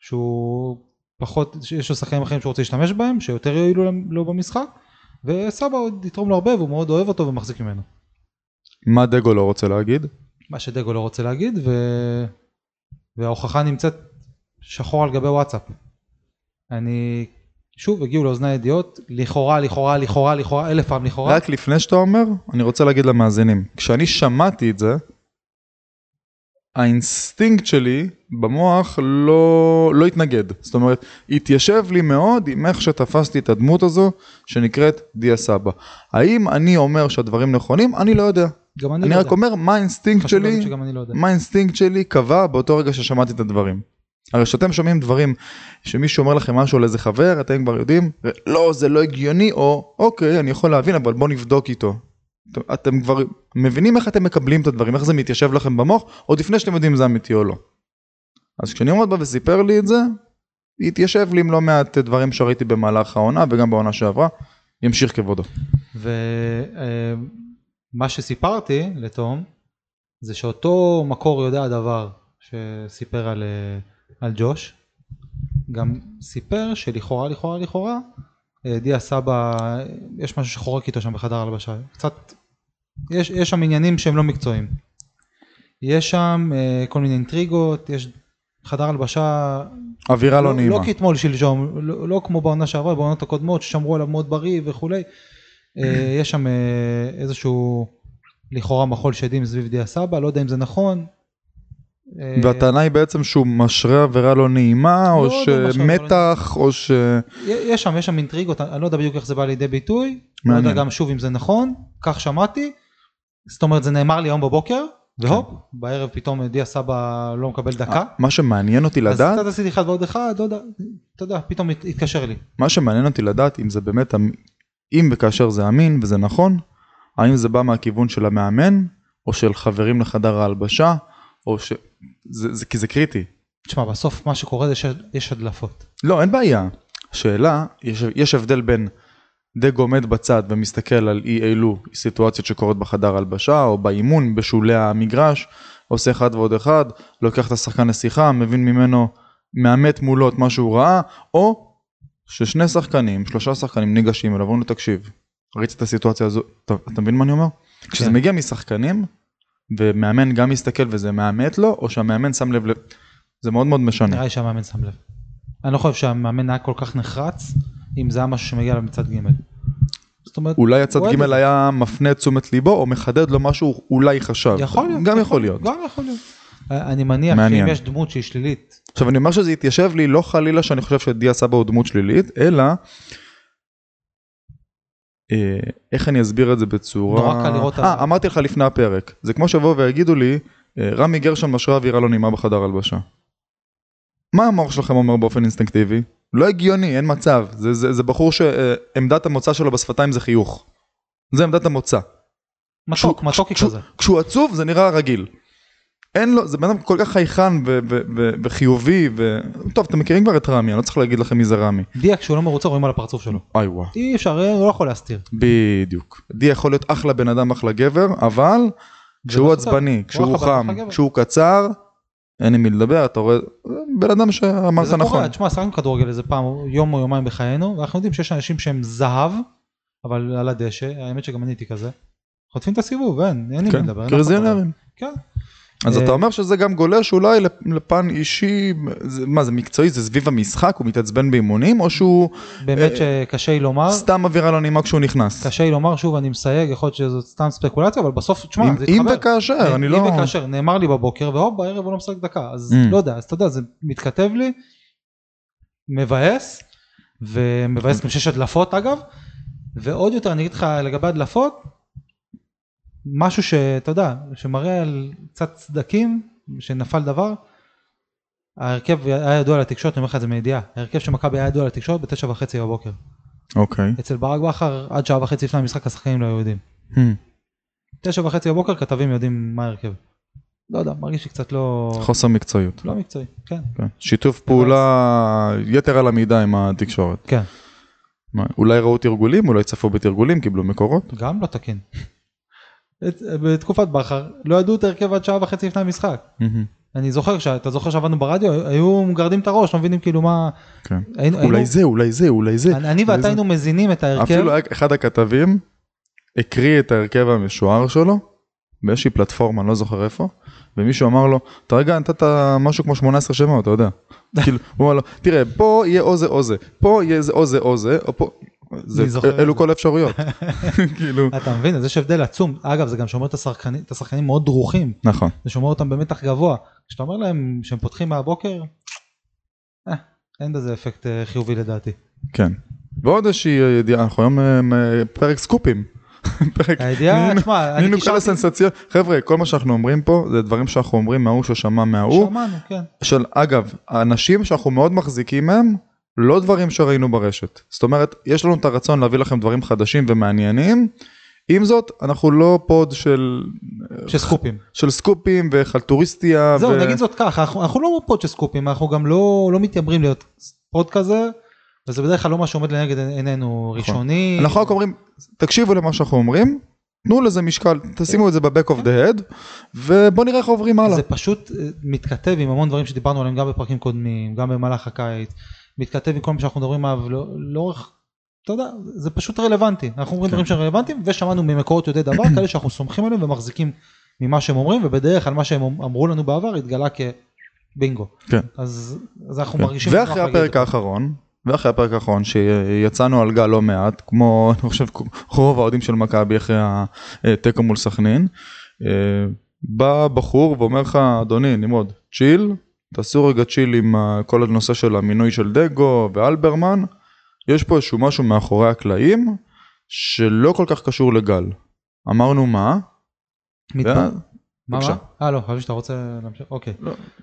שהוא פחות, שיש לו שחקנים אחרים שהוא רוצה להשתמש בהם, שיותר יועילו למ- לו במשחק, וסבא עוד יתרום לו הרבה והוא מאוד אוהב אותו ומחזיק ממנו. מה דגו לא רוצה להגיד? מה שדגו לא רוצה להגיד, ו... וההוכחה נמצאת שחור על גבי וואטסאפ. אני, שוב, הגיעו לאוזני הידיעות, לכאורה, לכאורה, לכאורה, לכאורה, אלף פעם לכאורה. רק לפני שאתה אומר, אני רוצה להגיד למאזינים, כשאני שמעתי את זה, האינסטינקט שלי במוח לא, לא התנגד, זאת אומרת, התיישב לי מאוד עם איך שתפסתי את הדמות הזו שנקראת דיה סבא. האם אני אומר שהדברים נכונים? אני לא יודע. גם אני, אני לא רק יודע. אומר מה האינסטינקט חשוב להגיד שלי, שגם אני לא יודע. מה האינסטינקט שלי קבע באותו רגע ששמעתי את הדברים. הרי כשאתם שומעים דברים שמישהו אומר לכם משהו על איזה חבר אתם כבר יודעים לא זה לא הגיוני או אוקיי אני יכול להבין אבל בוא נבדוק איתו. אתם- אתם כבר מבינים איך אתם מקבלים את הדברים איך זה מתיישב לכם במוח עוד לפני שאתם יודעים אם זה אמיתי או לא. אז כשנמרוד בא וסיפר לי את זה התיישב לי עם לא מעט דברים שראיתי במהלך העונה וגם בעונה שעברה ימשיך כבודו. ומה אה, שסיפרתי לתום, זה שאותו מקור יודע דבר שסיפר על, אה, על ג'וש, גם סיפר שלכאורה, לכאורה, לכאורה, אה, דיה סבא, אה, יש משהו שחורק איתו שם בחדר הלבשה, קצת, יש, יש שם עניינים שהם לא מקצועיים. יש שם אה, כל מיני אינטריגות, יש חדר הלבשה אווירה לא לא נעימה. לא כאתמול שלשום, לא, לא כמו בעונה שעברה, בעונות הקודמות ששמרו עליו מאוד בריא וכולי. אה, יש שם אה, איזשהו לכאורה מחול שדים סביב דיה סבא, לא יודע אם זה נכון. אה, והטענה היא בעצם שהוא משרה עבירה לא נעימה, או לא יודע מה שעבר שמתח, או ש... י- יש שם, יש שם אינטריגות, אני לא יודע בדיוק איך זה בא לידי ביטוי, לא יודע מעניין. גם שוב אם זה נכון, כך שמעתי, זאת אומרת זה נאמר לי היום בבוקר, והופ, כן. בערב פתאום דיה סבא לא מקבל דקה, מה שמעניין אותי אז אה, לדעת, קצת עשיתי אחד ועוד אחד, לא יודע, אתה יודע, פתאום הת- התקשר לי. מה שמעניין אותי לדעת אם זה באמת, אמ- אם וכאשר זה אמין וזה נכון, האם זה בא מהכיוון של המאמן, או של חברים לחדר ההלבשה, או ש... זה, זה, כי זה קריטי. תשמע, בסוף מה שקורה זה שיש הדלפות. לא, אין בעיה. שאלה, יש, יש הבדל בין דג עומד בצד ומסתכל על אי אילו סיטואציות שקורות בחדר הלבשה או באימון בשולי המגרש, עושה אחד ועוד אחד, לוקח את השחקן לשיחה, מבין ממנו, מאמת מולו את מה שהוא ראה, או ששני שחקנים, שלושה שחקנים ניגשים אליו ואומרים לו תקשיב, ראית את הסיטואציה הזו, אתה, אתה מבין מה אני אומר? כשזה מגיע משחקנים, ומאמן גם מסתכל וזה מאמת לו, או שהמאמן שם לב, ל- זה מאוד מאוד משנה. נראה לי שהמאמן שם לב. אני לא חושב שהמאמן היה כל כך נחרץ, אם זה היה משהו שמגיע אליו מצד ג'. זאת אומרת, אולי הצד אוהד. ג' היה מפנה את תשומת ליבו או מחדד לו משהו אולי חשב. יכול להיות. גם יכול להיות. גם יכול להיות. אה, אני מניח מעניין. שאם יש דמות שהיא שלילית, עכשיו אני אומר שזה התיישב לי לא חלילה שאני חושב שדיה סבא הוא דמות שלילית, אלא אה, איך אני אסביר את זה בצורה... נורא קל לראות אה, עליו. אמרתי לך לפני הפרק. זה כמו שיבואו ויגידו לי, אה, רמי גרשון משרה אווירה לא נעימה בחדר הלבשה. מה המוח שלכם אומר באופן אינסטינקטיבי? לא הגיוני, אין מצב. זה, זה, זה בחור שעמדת המוצא שלו בשפתיים זה חיוך. זה עמדת המוצא. מתוק, כשהוא- מתוקי כשהוא- כזה. כשהוא עצוב זה נראה רגיל. אין לו, זה בן אדם כל כך חייכן ו- ו- ו- וחיובי ו... טוב, אתם מכירים כבר את רמי, אני לא צריך להגיד לכם מי זה רמי. דיה כשהוא לא מרוצה רואים על הפרצוף שלו. אי וואו. אי אפשר, הוא לא יכול להסתיר. בדיוק. די יכול להיות אחלה בן אדם, אחלה גבר, אבל כשהוא בסדר. עצבני, אחלה כשהוא בן אדם, חם, אחלה גבר. כשהוא קצר, אין עם מי לדבר, אתה רואה, בן אדם שאמר וזה לך קורה, נכון. תשמע, שחקנו כדורגל איזה פעם, יום או יומיים בחיינו, ואנחנו יודעים שיש אנשים שהם זהב, אבל על הדשא, האמת שגם אני הייתי כזה. חוטפים את הסיבוב, אין, אין עם מי כן, לדבר. אין אף אחד לדבר. קריזיונרים. כן. אז אה, אתה אומר שזה גם גולש אולי לפ- לפן אישי, זה- מה זה מקצועי, זה סביב המשחק, הוא מתעצבן באימונים, או שהוא באמת אה, שקשה לי לומר, סתם אווירה לא נעימה כשהוא נכנס? קשה לי לומר, שוב אני מסייג, יכול להיות שזאת סתם ספקולציה, אבל בסוף, תשמע, אם- זה אם התחבר. וכאשר, אני אם לא... וכאשר, נאמר לי בבוקר, והופ, בערב הוא לא משחק דקה, אז Mm. לא יודע, אז אתה יודע, זה מתכתב לי, מבאס, ומבאס גם שיש הדלפות אגב, ועוד יותר אני אגיד לך לגבי הדלפות, משהו שאתה יודע, שמראה על קצת סדקים, שנפל דבר, ההרכב היה ידוע לתקשורת, אני אומר לך את זה מידיעה, ההרכב של מכבי היה ידוע לתקשורת בתשע וחצי בבוקר. אוקיי. אצל ברק בכר עד שעה וחצי לפני המשחק השחקנים לא היו יודעים. Hmm. תשע וחצי בבוקר כתבים יודעים מה ההרכב. לא יודע, מרגיש לי קצת לא... חוסר מקצועיות. לא מקצועי, כן. כן. שיתוף פעולה יתר על המידה עם התקשורת. כן, מה, אולי ראו תרגולים, אולי צפו בתרגולים, קיבלו מקורות. גם לא תקין. את- בתקופת בכר לא ידעו את ההרכב עד שעה וחצי לפני המשחק. אני זוכר, ש- אתה זוכר שעבדנו ברדיו, היו מגרדים את הראש, לא מבינים כאילו מה... כן. היינו- אולי היינו- זה, אולי זה, אולי זה. אני- אני אולי ואתה זה. היינו מזינים את ההרכב, אפילו היה- אחד הכתבים הקריא את ההרכב המשוער שלו באיזושהי פלטפורמה, אני לא זוכר איפה, ומישהו אמר לו, אתה רגע נתת משהו כמו 18 שמות, אתה יודע. כאילו, הוא אמר לו, תראה, פה יהיה או זה או זה, פה יהיה זה או זה או זה, או פה... זה- אני זוכר את אלו זה. כל האפשרויות. כאילו... אתה מבין? אז יש הבדל עצום. אגב, זה גם שומר את השחקנים- את השחקנים מאוד דרוכים. נכון. זה שומר אותם במתח גבוה. כשאתה אומר להם שהם פותחים מהבוקר, אה, אין לזה אפקט אה, חיובי לדעתי. כן. ועוד איזושהי ידיעה, אנחנו היום אה, אה, פרק סקופים. פרק... הידיעה, נינו- תשמע, אני נינו כל קישרתי, הסנסציות, חבר'ה, כל מה שאנחנו אומרים פה זה דברים שאנחנו אומרים מההוא ששמע מההוא, שמענו, כן. של אגב, האנשים שאנחנו מאוד מחזיקים מהם, לא דברים שראינו ברשת. זאת אומרת, יש לנו את הרצון להביא לכם דברים חדשים ומעניינים, עם זאת, אנחנו לא פוד של, של סקופים. של סקופים וחלטוריסטיה. זהו, אה, ו... נגיד זאת ככה, אנחנו אנחנו לא פוד של סקופים, אנחנו גם לא לא מתיימרים להיות פוד כזה, וזה בדרך כלל לא מה שעומד לנגד עינינו ראשוני. נכון. אנחנו רק אומרים, תקשיבו למה שאנחנו אומרים, תנו לזה משקל, תשימו את זה ב-back of the head, ובוא נראה איך עוברים הלאה. זה פשוט אה, מתכתב עם המון דברים שדיברנו עליהם גם בפרקים קודמים, גם במהלך הקיץ, מתכתב עם כל מה שאנחנו מדברים עליו לא- לאורך, אתה יודע, כן. זה פשוט רלוונטי, אנחנו אומרים דברים שהם רלוונטיים ושמענו ממקורות יודעי דבר, כאלה שאנחנו סומכים עליהם ומחזיקים ממה שהם אומרים, ובדרך כלל מה שהם אמ-, אמרו לנו בעבר התגלה כבינגו. כן. אז, אז אנחנו כן. מרגישים... כאילו. בנוח ואחרי להגיד הפרק אותו. האחרון, ואחרי הפרק האחרון שיצאנו על גל לא מעט, כמו אני חושב רוב האוהדים של מכבי אחרי התיקו מול סכנין, אה, בא בחור ואומר לך אדוני נמרוד צ'יל, תעשו רגע צ'יל עם ה- כל הנושא של המינוי של דגו ואלברמן, יש פה איזשהו משהו מאחורי הקלעים שלא כל כך קשור לגל. אמרנו מה? מתברר- ואז- מה, אה, בבקשה. מה? אה, לא, חשבתי שאתה רוצה להמשיך. אוקיי.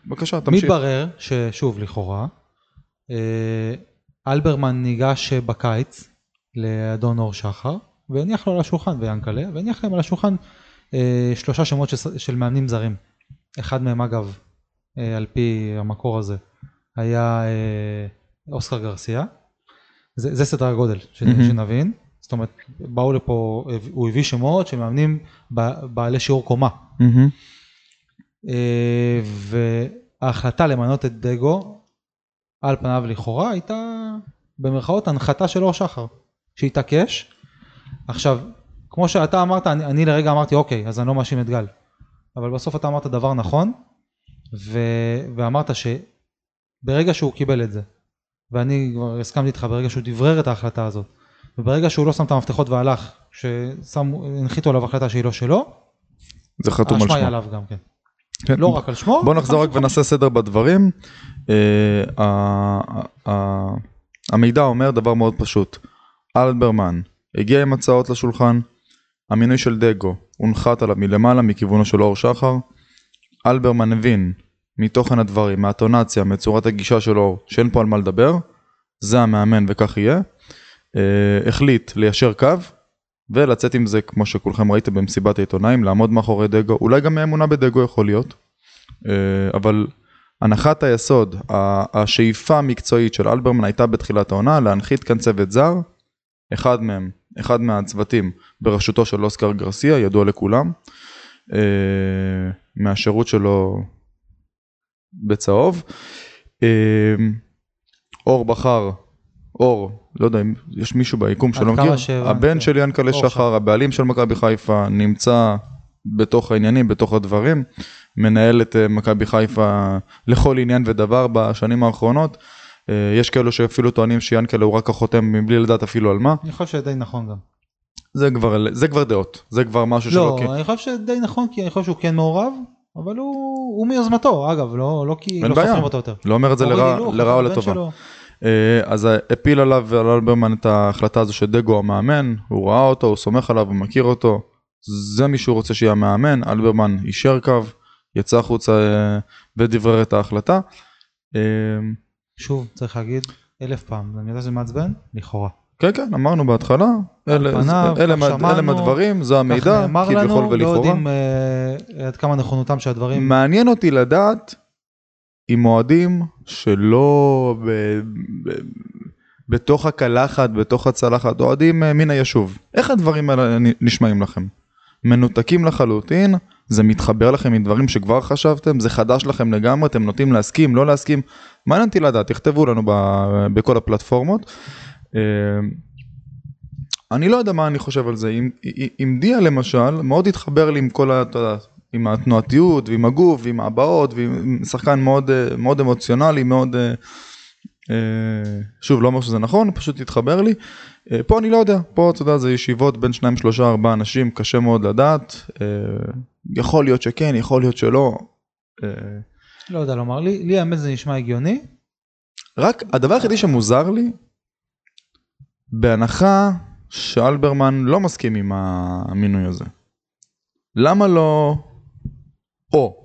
בבקשה תמשיך. מתברר ששוב לכאורה אה, אלברמן ניגש בקיץ לאדון אור שחר והניח לו על השולחן ויאנקלה והניח להם על השולחן אה, שלושה שמות של, של מאמנים זרים. אחד מהם אגב אה, על פי המקור הזה היה אה, אוסקר גרסיה. זה, זה סדר הגודל ש, מהמם. שנבין. זאת אומרת באו לפה אה, הוא הביא שמות של מאמנים ב- בעלי שיעור קומה. מהמם. אה, וההחלטה למנות את דגו, על פניו לכאורה, הייתה במרכאות הנחתה של אור שחר, שהתעקש. עכשיו, כמו שאתה אמרת, אני, אני לרגע אמרתי, אוקיי, אז אני לא מאשים את גל. אבל בסוף אתה אמרת דבר נכון, ו, ואמרת שברגע שהוא קיבל את זה, ואני כבר הסכמתי איתך ברגע שהוא דברר את ההחלטה הזאת, וברגע שהוא לא שם את המפתחות והלך, שהנחיתו עליו החלטה שהיא לא שלו, זה חתום על האשמה היא שמו. עליו גם כן. כן. לא רק על שמו. בוא נחזור רק ונעשה סדר בדברים. אה, ה- ה- המידע אומר דבר מאוד פשוט. אלברמן הגיע עם הצעות לשולחן, המינוי של דגו הונחת עליו מלמעלה מכיוונו של אור שחר. אלברמן הבין מתוכן הדברים, מהטונציה, מצורת הגישה שלו, שאין פה על מה לדבר. זה המאמן וכך יהיה. אה, החליט ליישר קו ולצאת עם זה כמו שכולכם ראיתם במסיבת העיתונאים, לעמוד מאחורי דגו, אולי גם האמונה בדגו יכול להיות. אה, אבל הנחת היסוד, ה- השאיפה המקצועית של אלברמן הייתה בתחילת העונה להנחית כאן צוות זר, אחד מהם, אחד מהצוותים בראשותו של אוסקר גרסיה, ידוע לכולם, אה, מהשירות שלו בצהוב. אה, אור בחר, אור, לא יודע אם יש מישהו ביקום עד שלא כמה כן. מכיר, שהבנתי. הבן של ינקלה אור שחר, הבעלים של מכבי חיפה, נמצא בתוך העניינים, בתוך הדברים, מנהל את אה, מכבי חיפה לכל עניין ודבר בשנים האחרונות. אה, יש כאלו שאפילו טוענים שיאנקלה הוא רק החותם מבלי לדעת אפילו על מה, אני חושב שזה די נכון גם. זה כבר, זה כבר דעות, זה כבר משהו לא, שלא, כי- אני חושב שזה די נכון כי אני חושב שהוא כן מעורב, אבל הוא הוא מיוזמתו, אגב, לא לא כי אין לא בעיה. סופרים אותו יותר. לא אומר את זה אורי לרע- הילוך, לרעה או הבן לטובה. שלו. אה, אז הפיל עליו ועל אלברמן את ההחלטה הזו שדגו המאמן, הוא ראה אותו, הוא סומך עליו, הוא מכיר אותו, זה מי שהוא רוצה שיהיה המאמן, אלברמן יישר קו, יצא החוצה אה, ודברר את ההחלטה. אה, שוב, צריך להגיד אלף פעם, אני יודע שזה מעצבן, לכאורה. כן כן, אמרנו בהתחלה, אלה על פניו, אלה- כך אלה- אלה שמענו, הדברים, זה כך המידע, נאמר כביכול לנו, לא ולכאורה. יודעים אה, עד כמה נכונותם של הדברים. מעניין אותי לדעת אם אוהדים שלא ב, ב, בתוך הקלחת, בתוך הצלחת, אוהדים אה, מן היישוב, איך הדברים האלה נ- נשמעים לכם? מנותקים לחלוטין, זה מתחבר לכם עם דברים שכבר חשבתם, זה חדש לכם לגמרי, אתם נוטים להסכים, לא להסכים, מעניין אותי לדעת, תכתבו לנו ב, בכל הפלטפורמות. אה, אני לא יודע מה אני חושב על זה, עם, עם- עם דיה למשל, מאוד התחבר לי עם כל ה... אתה יודע, עם התנועתיות ועם הגוף ועם הבעות ועם עם שחקן מאוד אה, מאוד אמוציונלי מאוד אה, אה, שוב לא אומר שזה נכון פשוט התחבר לי אה, פה אני לא יודע פה אתה יודע זה ישיבות בין שניים שלושה ארבעה אנשים קשה מאוד לדעת אה, יכול להיות שכן יכול להיות שלא אה, לא יודע לומר, לי לי האמת זה נשמע הגיוני. רק הדבר היחידי שמוזר לי בהנחה שאלברמן לא מסכים עם המינוי הזה למה לא או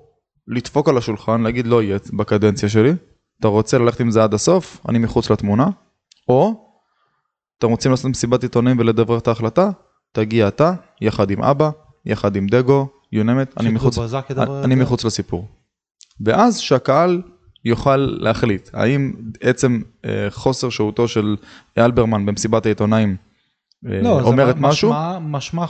לדפוק על השולחן, להגיד לא יהיה בקדנציה שלי, אתה רוצה ללכת עם זה עד הסוף, אני מחוץ לתמונה, או אתם רוצים לעשות מסיבת עיתונאים ולדבר את ההחלטה, תגיע אתה, יחד עם אבא, יחד עם דגו, you name it, אני מחוץ, בזק ידבר- אני מחוץ לסיפור. ואז שהקהל יוכל להחליט האם עצם אה, חוסר שהותו של אלברמן במסיבת העיתונאים אה, לא, זה אומרת משהו, משמע- משמע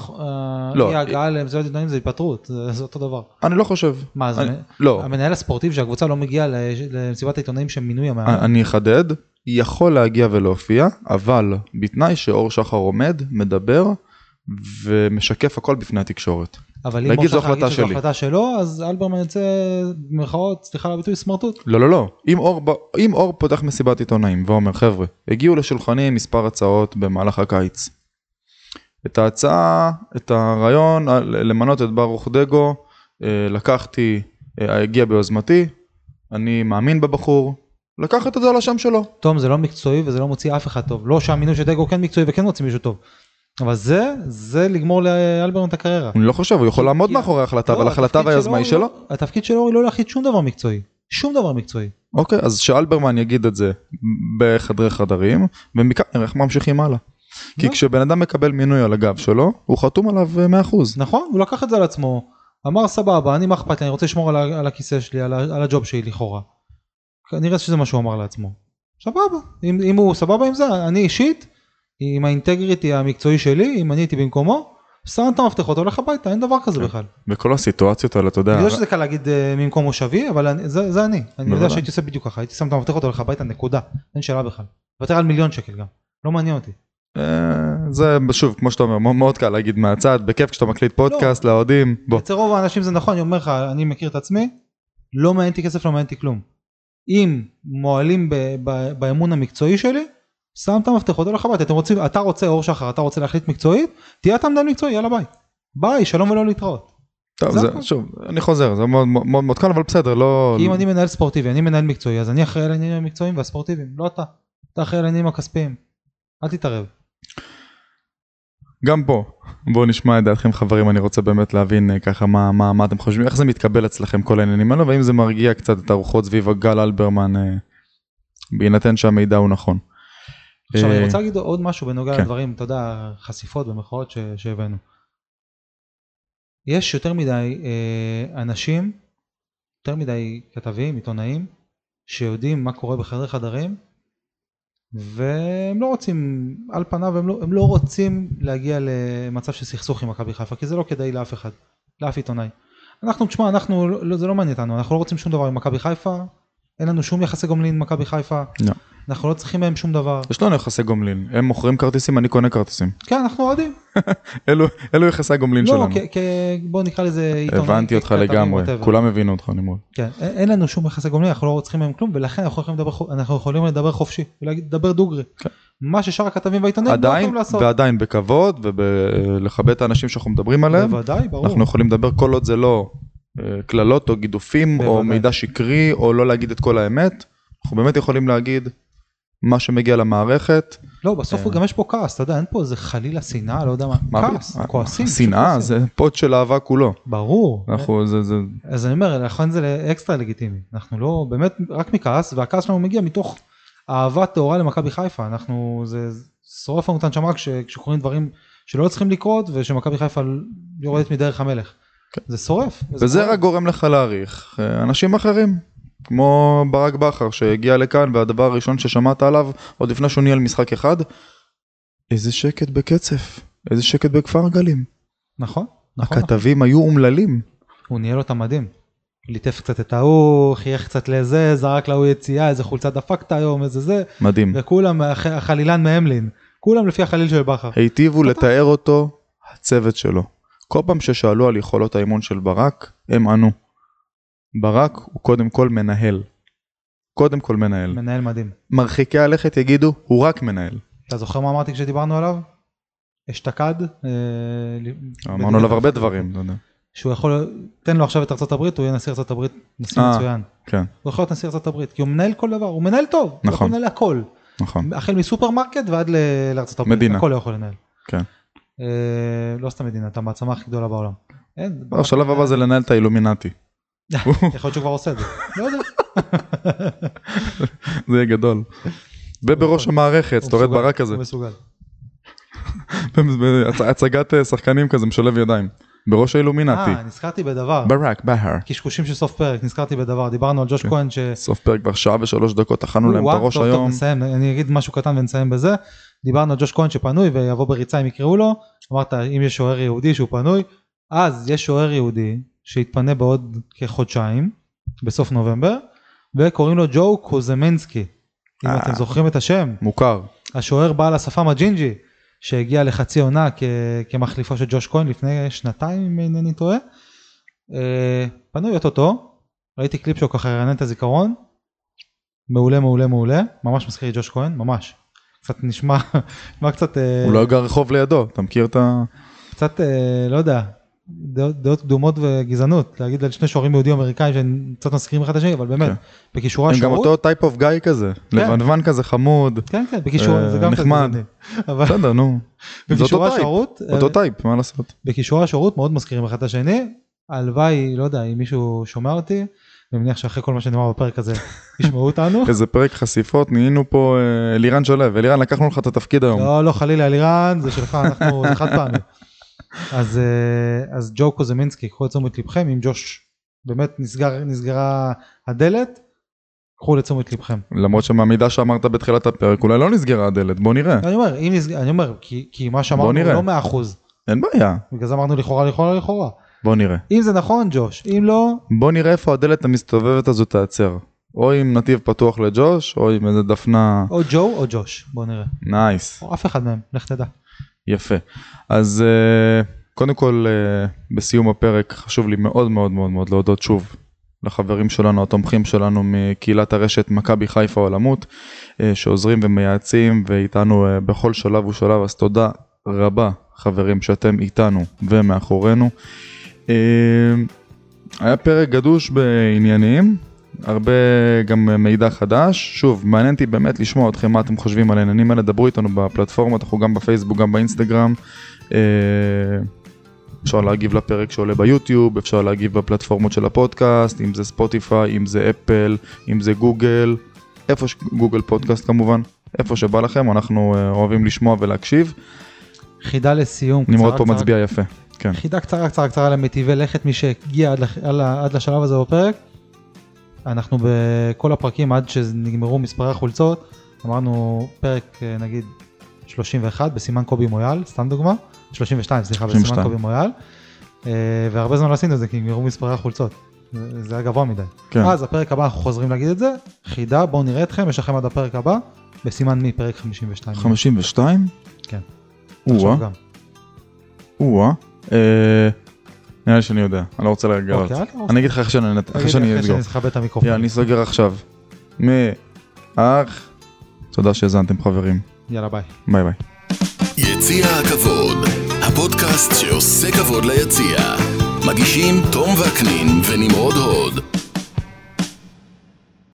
לא, אי הגעה למסיבת עיתונאים זה התפטרות, זה זה אותו דבר. אני לא חושב. מה זה? אני- לא, המנהל הספורטיבי של הקבוצה לא מגיע לש- למסיבת העיתונאים של מינוי המאמן. אני אחדד, יכול להגיע ולהופיע, אבל בתנאי שאור שחר עומד, מדבר ומשקף הכל בפני התקשורת. אבל אם להגיד, מר "זו שחר יגיד החלטה שזו שלי". החלטה שלו, אז אלברמן יוצא, במירכאות, סליחה על הביטוי, סמרטוט. לא, לא, לא. אם אור, ב- אם אור פותח מסיבת עיתונאים ואומר, חבר'ה, הגיעו לשולחני מספר הצעות במהלך הקיץ. את ההצעה, את הרעיון על- למנות את ברוך דגו, אה, לקחתי, אה, הגיע ביוזמתי, אני מאמין בבחור, לקחת את זה על השם שלו. תום זה לא מקצועי וזה לא מוציא אף אחד טוב. לא שהמינוי של דגו כן מקצועי וכן מוציא מישהו טוב. אבל זה, זה לגמור לאלברמן את הקריירה. אני לא חושב, הוא יכול לעמוד כי- מאחורי ההחלטה, לא, אבל ההחלטה התפקיד והיוזמה היא שלו. התפקיד שלו הוא לא להחליט שום דבר מקצועי. שום דבר מקצועי. אוקיי, אז שאלברמן יגיד את זה בחדרי חדרים, ומכאן נראה איך ממשיכים הלאה. כי לא. כשבן אדם מקבל מינוי על הגב שלו, הוא חתום עליו אה, 100%. נכון, הוא לקח את זה על עצמו, אמר סבבה, אני מה אכפת לי, אני רוצה לשמור על, ה- על הכיסא שלי, על, ה- על הג'וב שלי לכאורה. כנראה שזה מה שהוא אמר לעצמו. סבבה, אם, אם הוא סבבה עם זה, אני אישית, עם האינטגריטי המקצועי שלי, אם אני הייתי במקומו, שם את המפתחות הולך הביתה, אין דבר כזה כן. בכלל. בכל הסיטואציות האלה, אתה יודע, אני יודע שזה קל להגיד אה, ממקום מושבי, אבל אני, זה, זה אני. אני יודע בוודאי. שהייתי עושה בדיוק ככה, הייתי שם את המפתחות הולך הביתה, נקודה. אין שאלה בכלל. מוותר על מיליון שקל גם, לא מעניין אותי. אה, זה שוב, כמו שאתה אומר, מאוד- מאוד קל להגיד מהצד, בכיף כשאתה לא. מקליט פודקאסט לאוהדים, בוא. אצל רוב האנשים זה נכון, אני אומר לך, אני מכיר את עצמי, לא מעניין אותי כסף, לא מעניין אותי כלום. אם מועלים ב- ב- באמון המקצועי שלי, שם את המפתחות הולך הביתה. אתם רוצים, אתה רוצה אור שחר, אתה רוצה להחליט מקצועית, תהיה אתה מנהל מקצועי, יאללה ביי. ביי, שלום ולא להתראות. טוב, זה זה- הכל. שוב, אני חוזר, זה מאוד מאוד מאוד קל, אבל בסדר, לא... כי אם אני מנהל ספורטיבי, אני מנהל מקצועי, אז אני אחראי על העניינים המקצועיים והספורטיביים, לא אתה. אתה אחראי על העניינים הכספיים. אל תתערב. גם פה, בואו נשמע את דעתכם חברים, אני רוצה באמת להבין אה, ככה מה, מה, מה אתם חושבים, איך זה מתקבל אצלכם כל העניינים האלו, והאם זה מרגיע קצת את הרוחות סביב הגל אלברמן, אה, בהינתן שהמידע הוא נכון. עכשיו אני אה, רוצה להגיד עוד משהו בנוגע כן. לדברים, אתה יודע, חשיפות במחאות ש- שהבאנו. יש יותר מדי אה, אנשים, יותר מדי כתבים, עיתונאים, שיודעים מה קורה בחדרי חדרים, והם לא רוצים, על פניו הם לא, הם לא רוצים להגיע למצב של סכסוך עם מכבי חיפה, כי זה לא כדאי לאף אחד, לאף עיתונאי. אנחנו, תשמע, אנחנו, לא, זה לא מעניין אותנו, אנחנו לא רוצים שום דבר עם מכבי חיפה, אין לנו שום יחסי גומלין עם מכבי חיפה, לא. אנחנו לא צריכים מהם שום דבר. יש לנו יחסי גומלין, הם מוכרים כרטיסים, אני קונה כרטיסים. כן, אנחנו אוהדים. אלו, אלו יחסי הגומלין לא, שלנו. כ- כ- בוא נקרא לזה עיתונאים. הבנתי אותך ככתבים, לגמרי, whatever. כולם הבינו אותך, נמרוד. כן, א- אין לנו שום יחסי גומלין, אנחנו לא צריכים מהם כלום, ולכן אנחנו יכולים לדבר, חו- אנחנו יכולים לדבר חופשי, ולהגיד, דבר דוגרי. כן. מה ששאר הכתבים והעיתונאים לא עדיין, יכולים לעשות. ועדיין בכבוד ולכבד את האנשים שאנחנו מדברים עליהם. בוודאי, ברור. אנחנו יכולים לדבר כל עוד זה לא אה, קללות או גידופים או בוודאי. מידע שקרי או לא להגיד את כל האמת. אנחנו באמת יכולים להגיד מה שמגיע למערכת. לא, בסוף אה. גם יש פה כעס, אתה יודע, אין פה איזה חלילה שנאה, לא יודע מה מה. כעס, פתאום? כועסים. כן. שנאה כועסים. זה נכון. פוד של אהבה כולו. ברור. אנחנו זה זה אז אני אומר, לכן זה אקסטרה לגיטימי. אנחנו לא, באמת, רק מכעס, והכעס שלנו מגיע מתוך אהבה טהורה למכבי חיפה. אנחנו, זה שורף לנו את הנשמה כש- כשקורים דברים שלא צריכים לקרות, ושמכבי חיפה יורדת מדרך המלך. כן. זה שורף. וזה כואב. רק גורם לך להעריך אה, אנשים אחרים. כמו ברק בכר שהגיע לכאן והדבר הראשון ששמעת עליו עוד לפני שהוא ניהל משחק אחד. איזה שקט בקצף, איזה שקט בכפר גלים. נכון, נכון. הכתבים היו אומללים. הוא ניהל אותה מדהים. ליטף קצת את ההוא, חייך קצת לזה, זרק להוא יציאה, איזה חולצה דפקת היום, איזה זה, מדהים. וכולם, הח- החלילן מהמלין. כולם לפי החליל של בכר. היטיבו לתאר אותו הצוות שלו. כל פעם ששאלו על יכולות האימון של ברק, הם ענו. ברק הוא קודם כל מנהל. קודם כל מנהל. מנהל מדהים. מרחיקי הלכת יגידו, הוא רק מנהל. אתה זוכר מה אמרתי כשדיברנו עליו? אשתקד. אה, ל- אמרנו עליו הרבה דברים, אתה יודע. שהוא יכול, תן לו עכשיו את ארצות הברית, הוא יהיה נשיא ארצות הברית, נשיא אה. מצוין. כן, הוא יכול להיות נשיא ארצות הברית, כי הוא מנהל כל דבר, הוא מנהל טוב. הוא יכול נכון. לנהל הכל. נכון. החל מסופרמרקט ועד ל- לארצות הברית. מדינה. הכל הוא יכול לנהל. כן. אה, לא סתם מדינה, אתה המעצמה הכי גדולה בעולם. אין, אה, השלב לא, הבא זה לנהל את האילומינטי. יכול להיות שהוא כבר עושה את זה. לא יודע. זה יהיה גדול. ובראש יכול. המערכת, הוא אתה רואה את מסוגל, ברק הזה. הוא מסוגל. הצגת אה, שחקנים כזה משלב ידיים. בראש האילומינטי. אה, נזכרתי בדבר. ברק, בהר. קשקושים של סוף פרק, נזכרתי בדבר. דיברנו על ג'וש כן. כהן ש... סוף פרק כבר שעה ושלוש דקות, טחנו להם את וואו, הראש טוב, טוב, היום. נסיים, אני אגיד משהו קטן ונסיים בזה. דיברנו על ג'וש כהן שפנוי ויבוא בריצה אם יקראו לו. אמרת אם יש שוער יהודי שהוא פנוי, אז יש שוער יהודי שיתפנה בעוד כחודשיים, בסוף נובמבר, וקוראים לו ג'ו קוזמנסקי. אם אה. אתם זוכרים את השם, מוכר. השוער בעל השפם הג'ינג'י, שהגיע לחצי עונה כ- כמחליפו של ג'וש כהן לפני שנתיים אם אינני טועה. אה, פנוי אוטוטו, ראיתי קליפ שהוא ככה רענן את הזיכרון. מעולה מעולה מעולה, ממש מזכיר לי ג'וש כהן, ממש. קצת נשמע, נשמע קצת... אה, הוא לא גר רחוב לידו, אתה מכיר את ה... קצת, אה, לא יודע, דעות, דעות קדומות וגזענות, להגיד על שני שוערים יהודים אמריקאים שהם קצת מזכירים אחד את השני, אבל באמת, כן. בכישורי הם גם השוערות, אותו טייפ אוף גיא כזה, לבנוון כזה חמוד, כן כן, בכישור, אה, זה גם קצת נחמד. גזעני. אבל בסדר נו, זה בכישורי אותו טייפ, השוערות, אה, אותו טייפ, מה לעשות? בכישורי השוערות מאוד מזכירים אחד את השני, הלוואי, לא יודע, אם מישהו שומע אותי, אני מניח שאחרי כל מה שנאמר בפרק הזה, ישמעו אותנו. איזה פרק חשיפות, נהיינו פה אה, אלירן שולב, אלירן לקחנו לך את התפקיד היום, לא, לא, חלילה, אלירן, זה שלך, אנחנו, זה חד פעמי. אז, אה, אז ג'ו קוזמינסקי, קחו לתשומת לבכם, אם ג'וש באמת נסגר, נסגרה הדלת, קחו לתשומת לבכם. למרות שמהמידע שאמרת בתחילת הפרק אולי לא נסגרה הדלת, בוא נראה, אני אומר, אם נסגר, אני אומר, כי, כי מה בוא שאמרנו נראה. לא מאה אחוז, אין בעיה, בגלל זה אמרנו לכאורה, לכאורה, לכאורה. בוא נראה. אם זה נכון, ג'וש, אם לא, בוא נראה איפה הדלת המסתובבת הזו תיעצר, או עם נתיב פתוח לג'וש, או עם איזה דפנה, או ג'ו או ג'וש, בוא נראה. נייס. או אף אחד מהם, לך תדע. יפה. אז אה, קודם כל, אה, בסיום הפרק חשוב לי מאוד מאוד מאוד מאוד להודות שוב לחברים שלנו, התומכים שלנו מקהילת הרשת מכבי חיפה עולמות, אה, שעוזרים ומייעצים ואיתנו אה, בכל שלב ושלב, אז תודה רבה חברים שאתם איתנו ומאחורינו. אה, היה פרק גדוש בעניינים. הרבה גם מידע חדש. שוב, מעניין אותי באמת לשמוע אתכם מה אתם חושבים על העניינים האלה, דברו איתנו בפלטפורמות, אנחנו גם בפייסבוק, גם באינסטגרם. אה, אפשר להגיב לפרק שעולה ביוטיוב, אפשר להגיב בפלטפורמות של הפודקאסט, אם זה ספוטיפיי, אם זה אפל, אם זה גוגל, איפה ש... גוגל פודקאסט כמובן, איפה שבא לכם, אנחנו אה, אוהבים לשמוע ולהקשיב. חידה לסיום, קצרה, נמרוד פה קצרה, מצביע יפה. כן. חידה קצרה קצרה קצרה למיטיבי לכת מי שהגיע עד, לח- על ה- עד לשלב הזה בפרק. אנחנו בכל הפרקים עד שנגמרו מספרי החולצות אמרנו פרק אה, נגיד 31 בסימן קובי מויאל סתם דוגמה 32 סליחה בסימן 32. קובי מויאל. אה, והרבה זמן לא עשינו את זה כי נגמרו מספרי החולצות. זה זה היה גבוה מדי. כן. אז הפרק הבא אנחנו חוזרים להגיד את זה חידה בואו נראה אתכם יש לכם עד הפרק הבא בסימן מי פרק 52. 52? כן. או-אה. עכשיו גם. או-אה. אה, נראה לי שאני יודע, אני לא רוצה לגלות. אוקיי, אל תהרוס. אני אגיד לך איך שאני נת- תגיד אחרי שאני אחרי אסגור. אוקיי, שאני אכבה את יאללה, המיקרופון. אני סוגר עכשיו. מאח. תודה שהאזנתם חברים. יאללה ביי. ביי ביי. יציע הכבוד, הפודקאסט שעושה כבוד ליציע. מגישים תום וקנין ונמרוד הוד.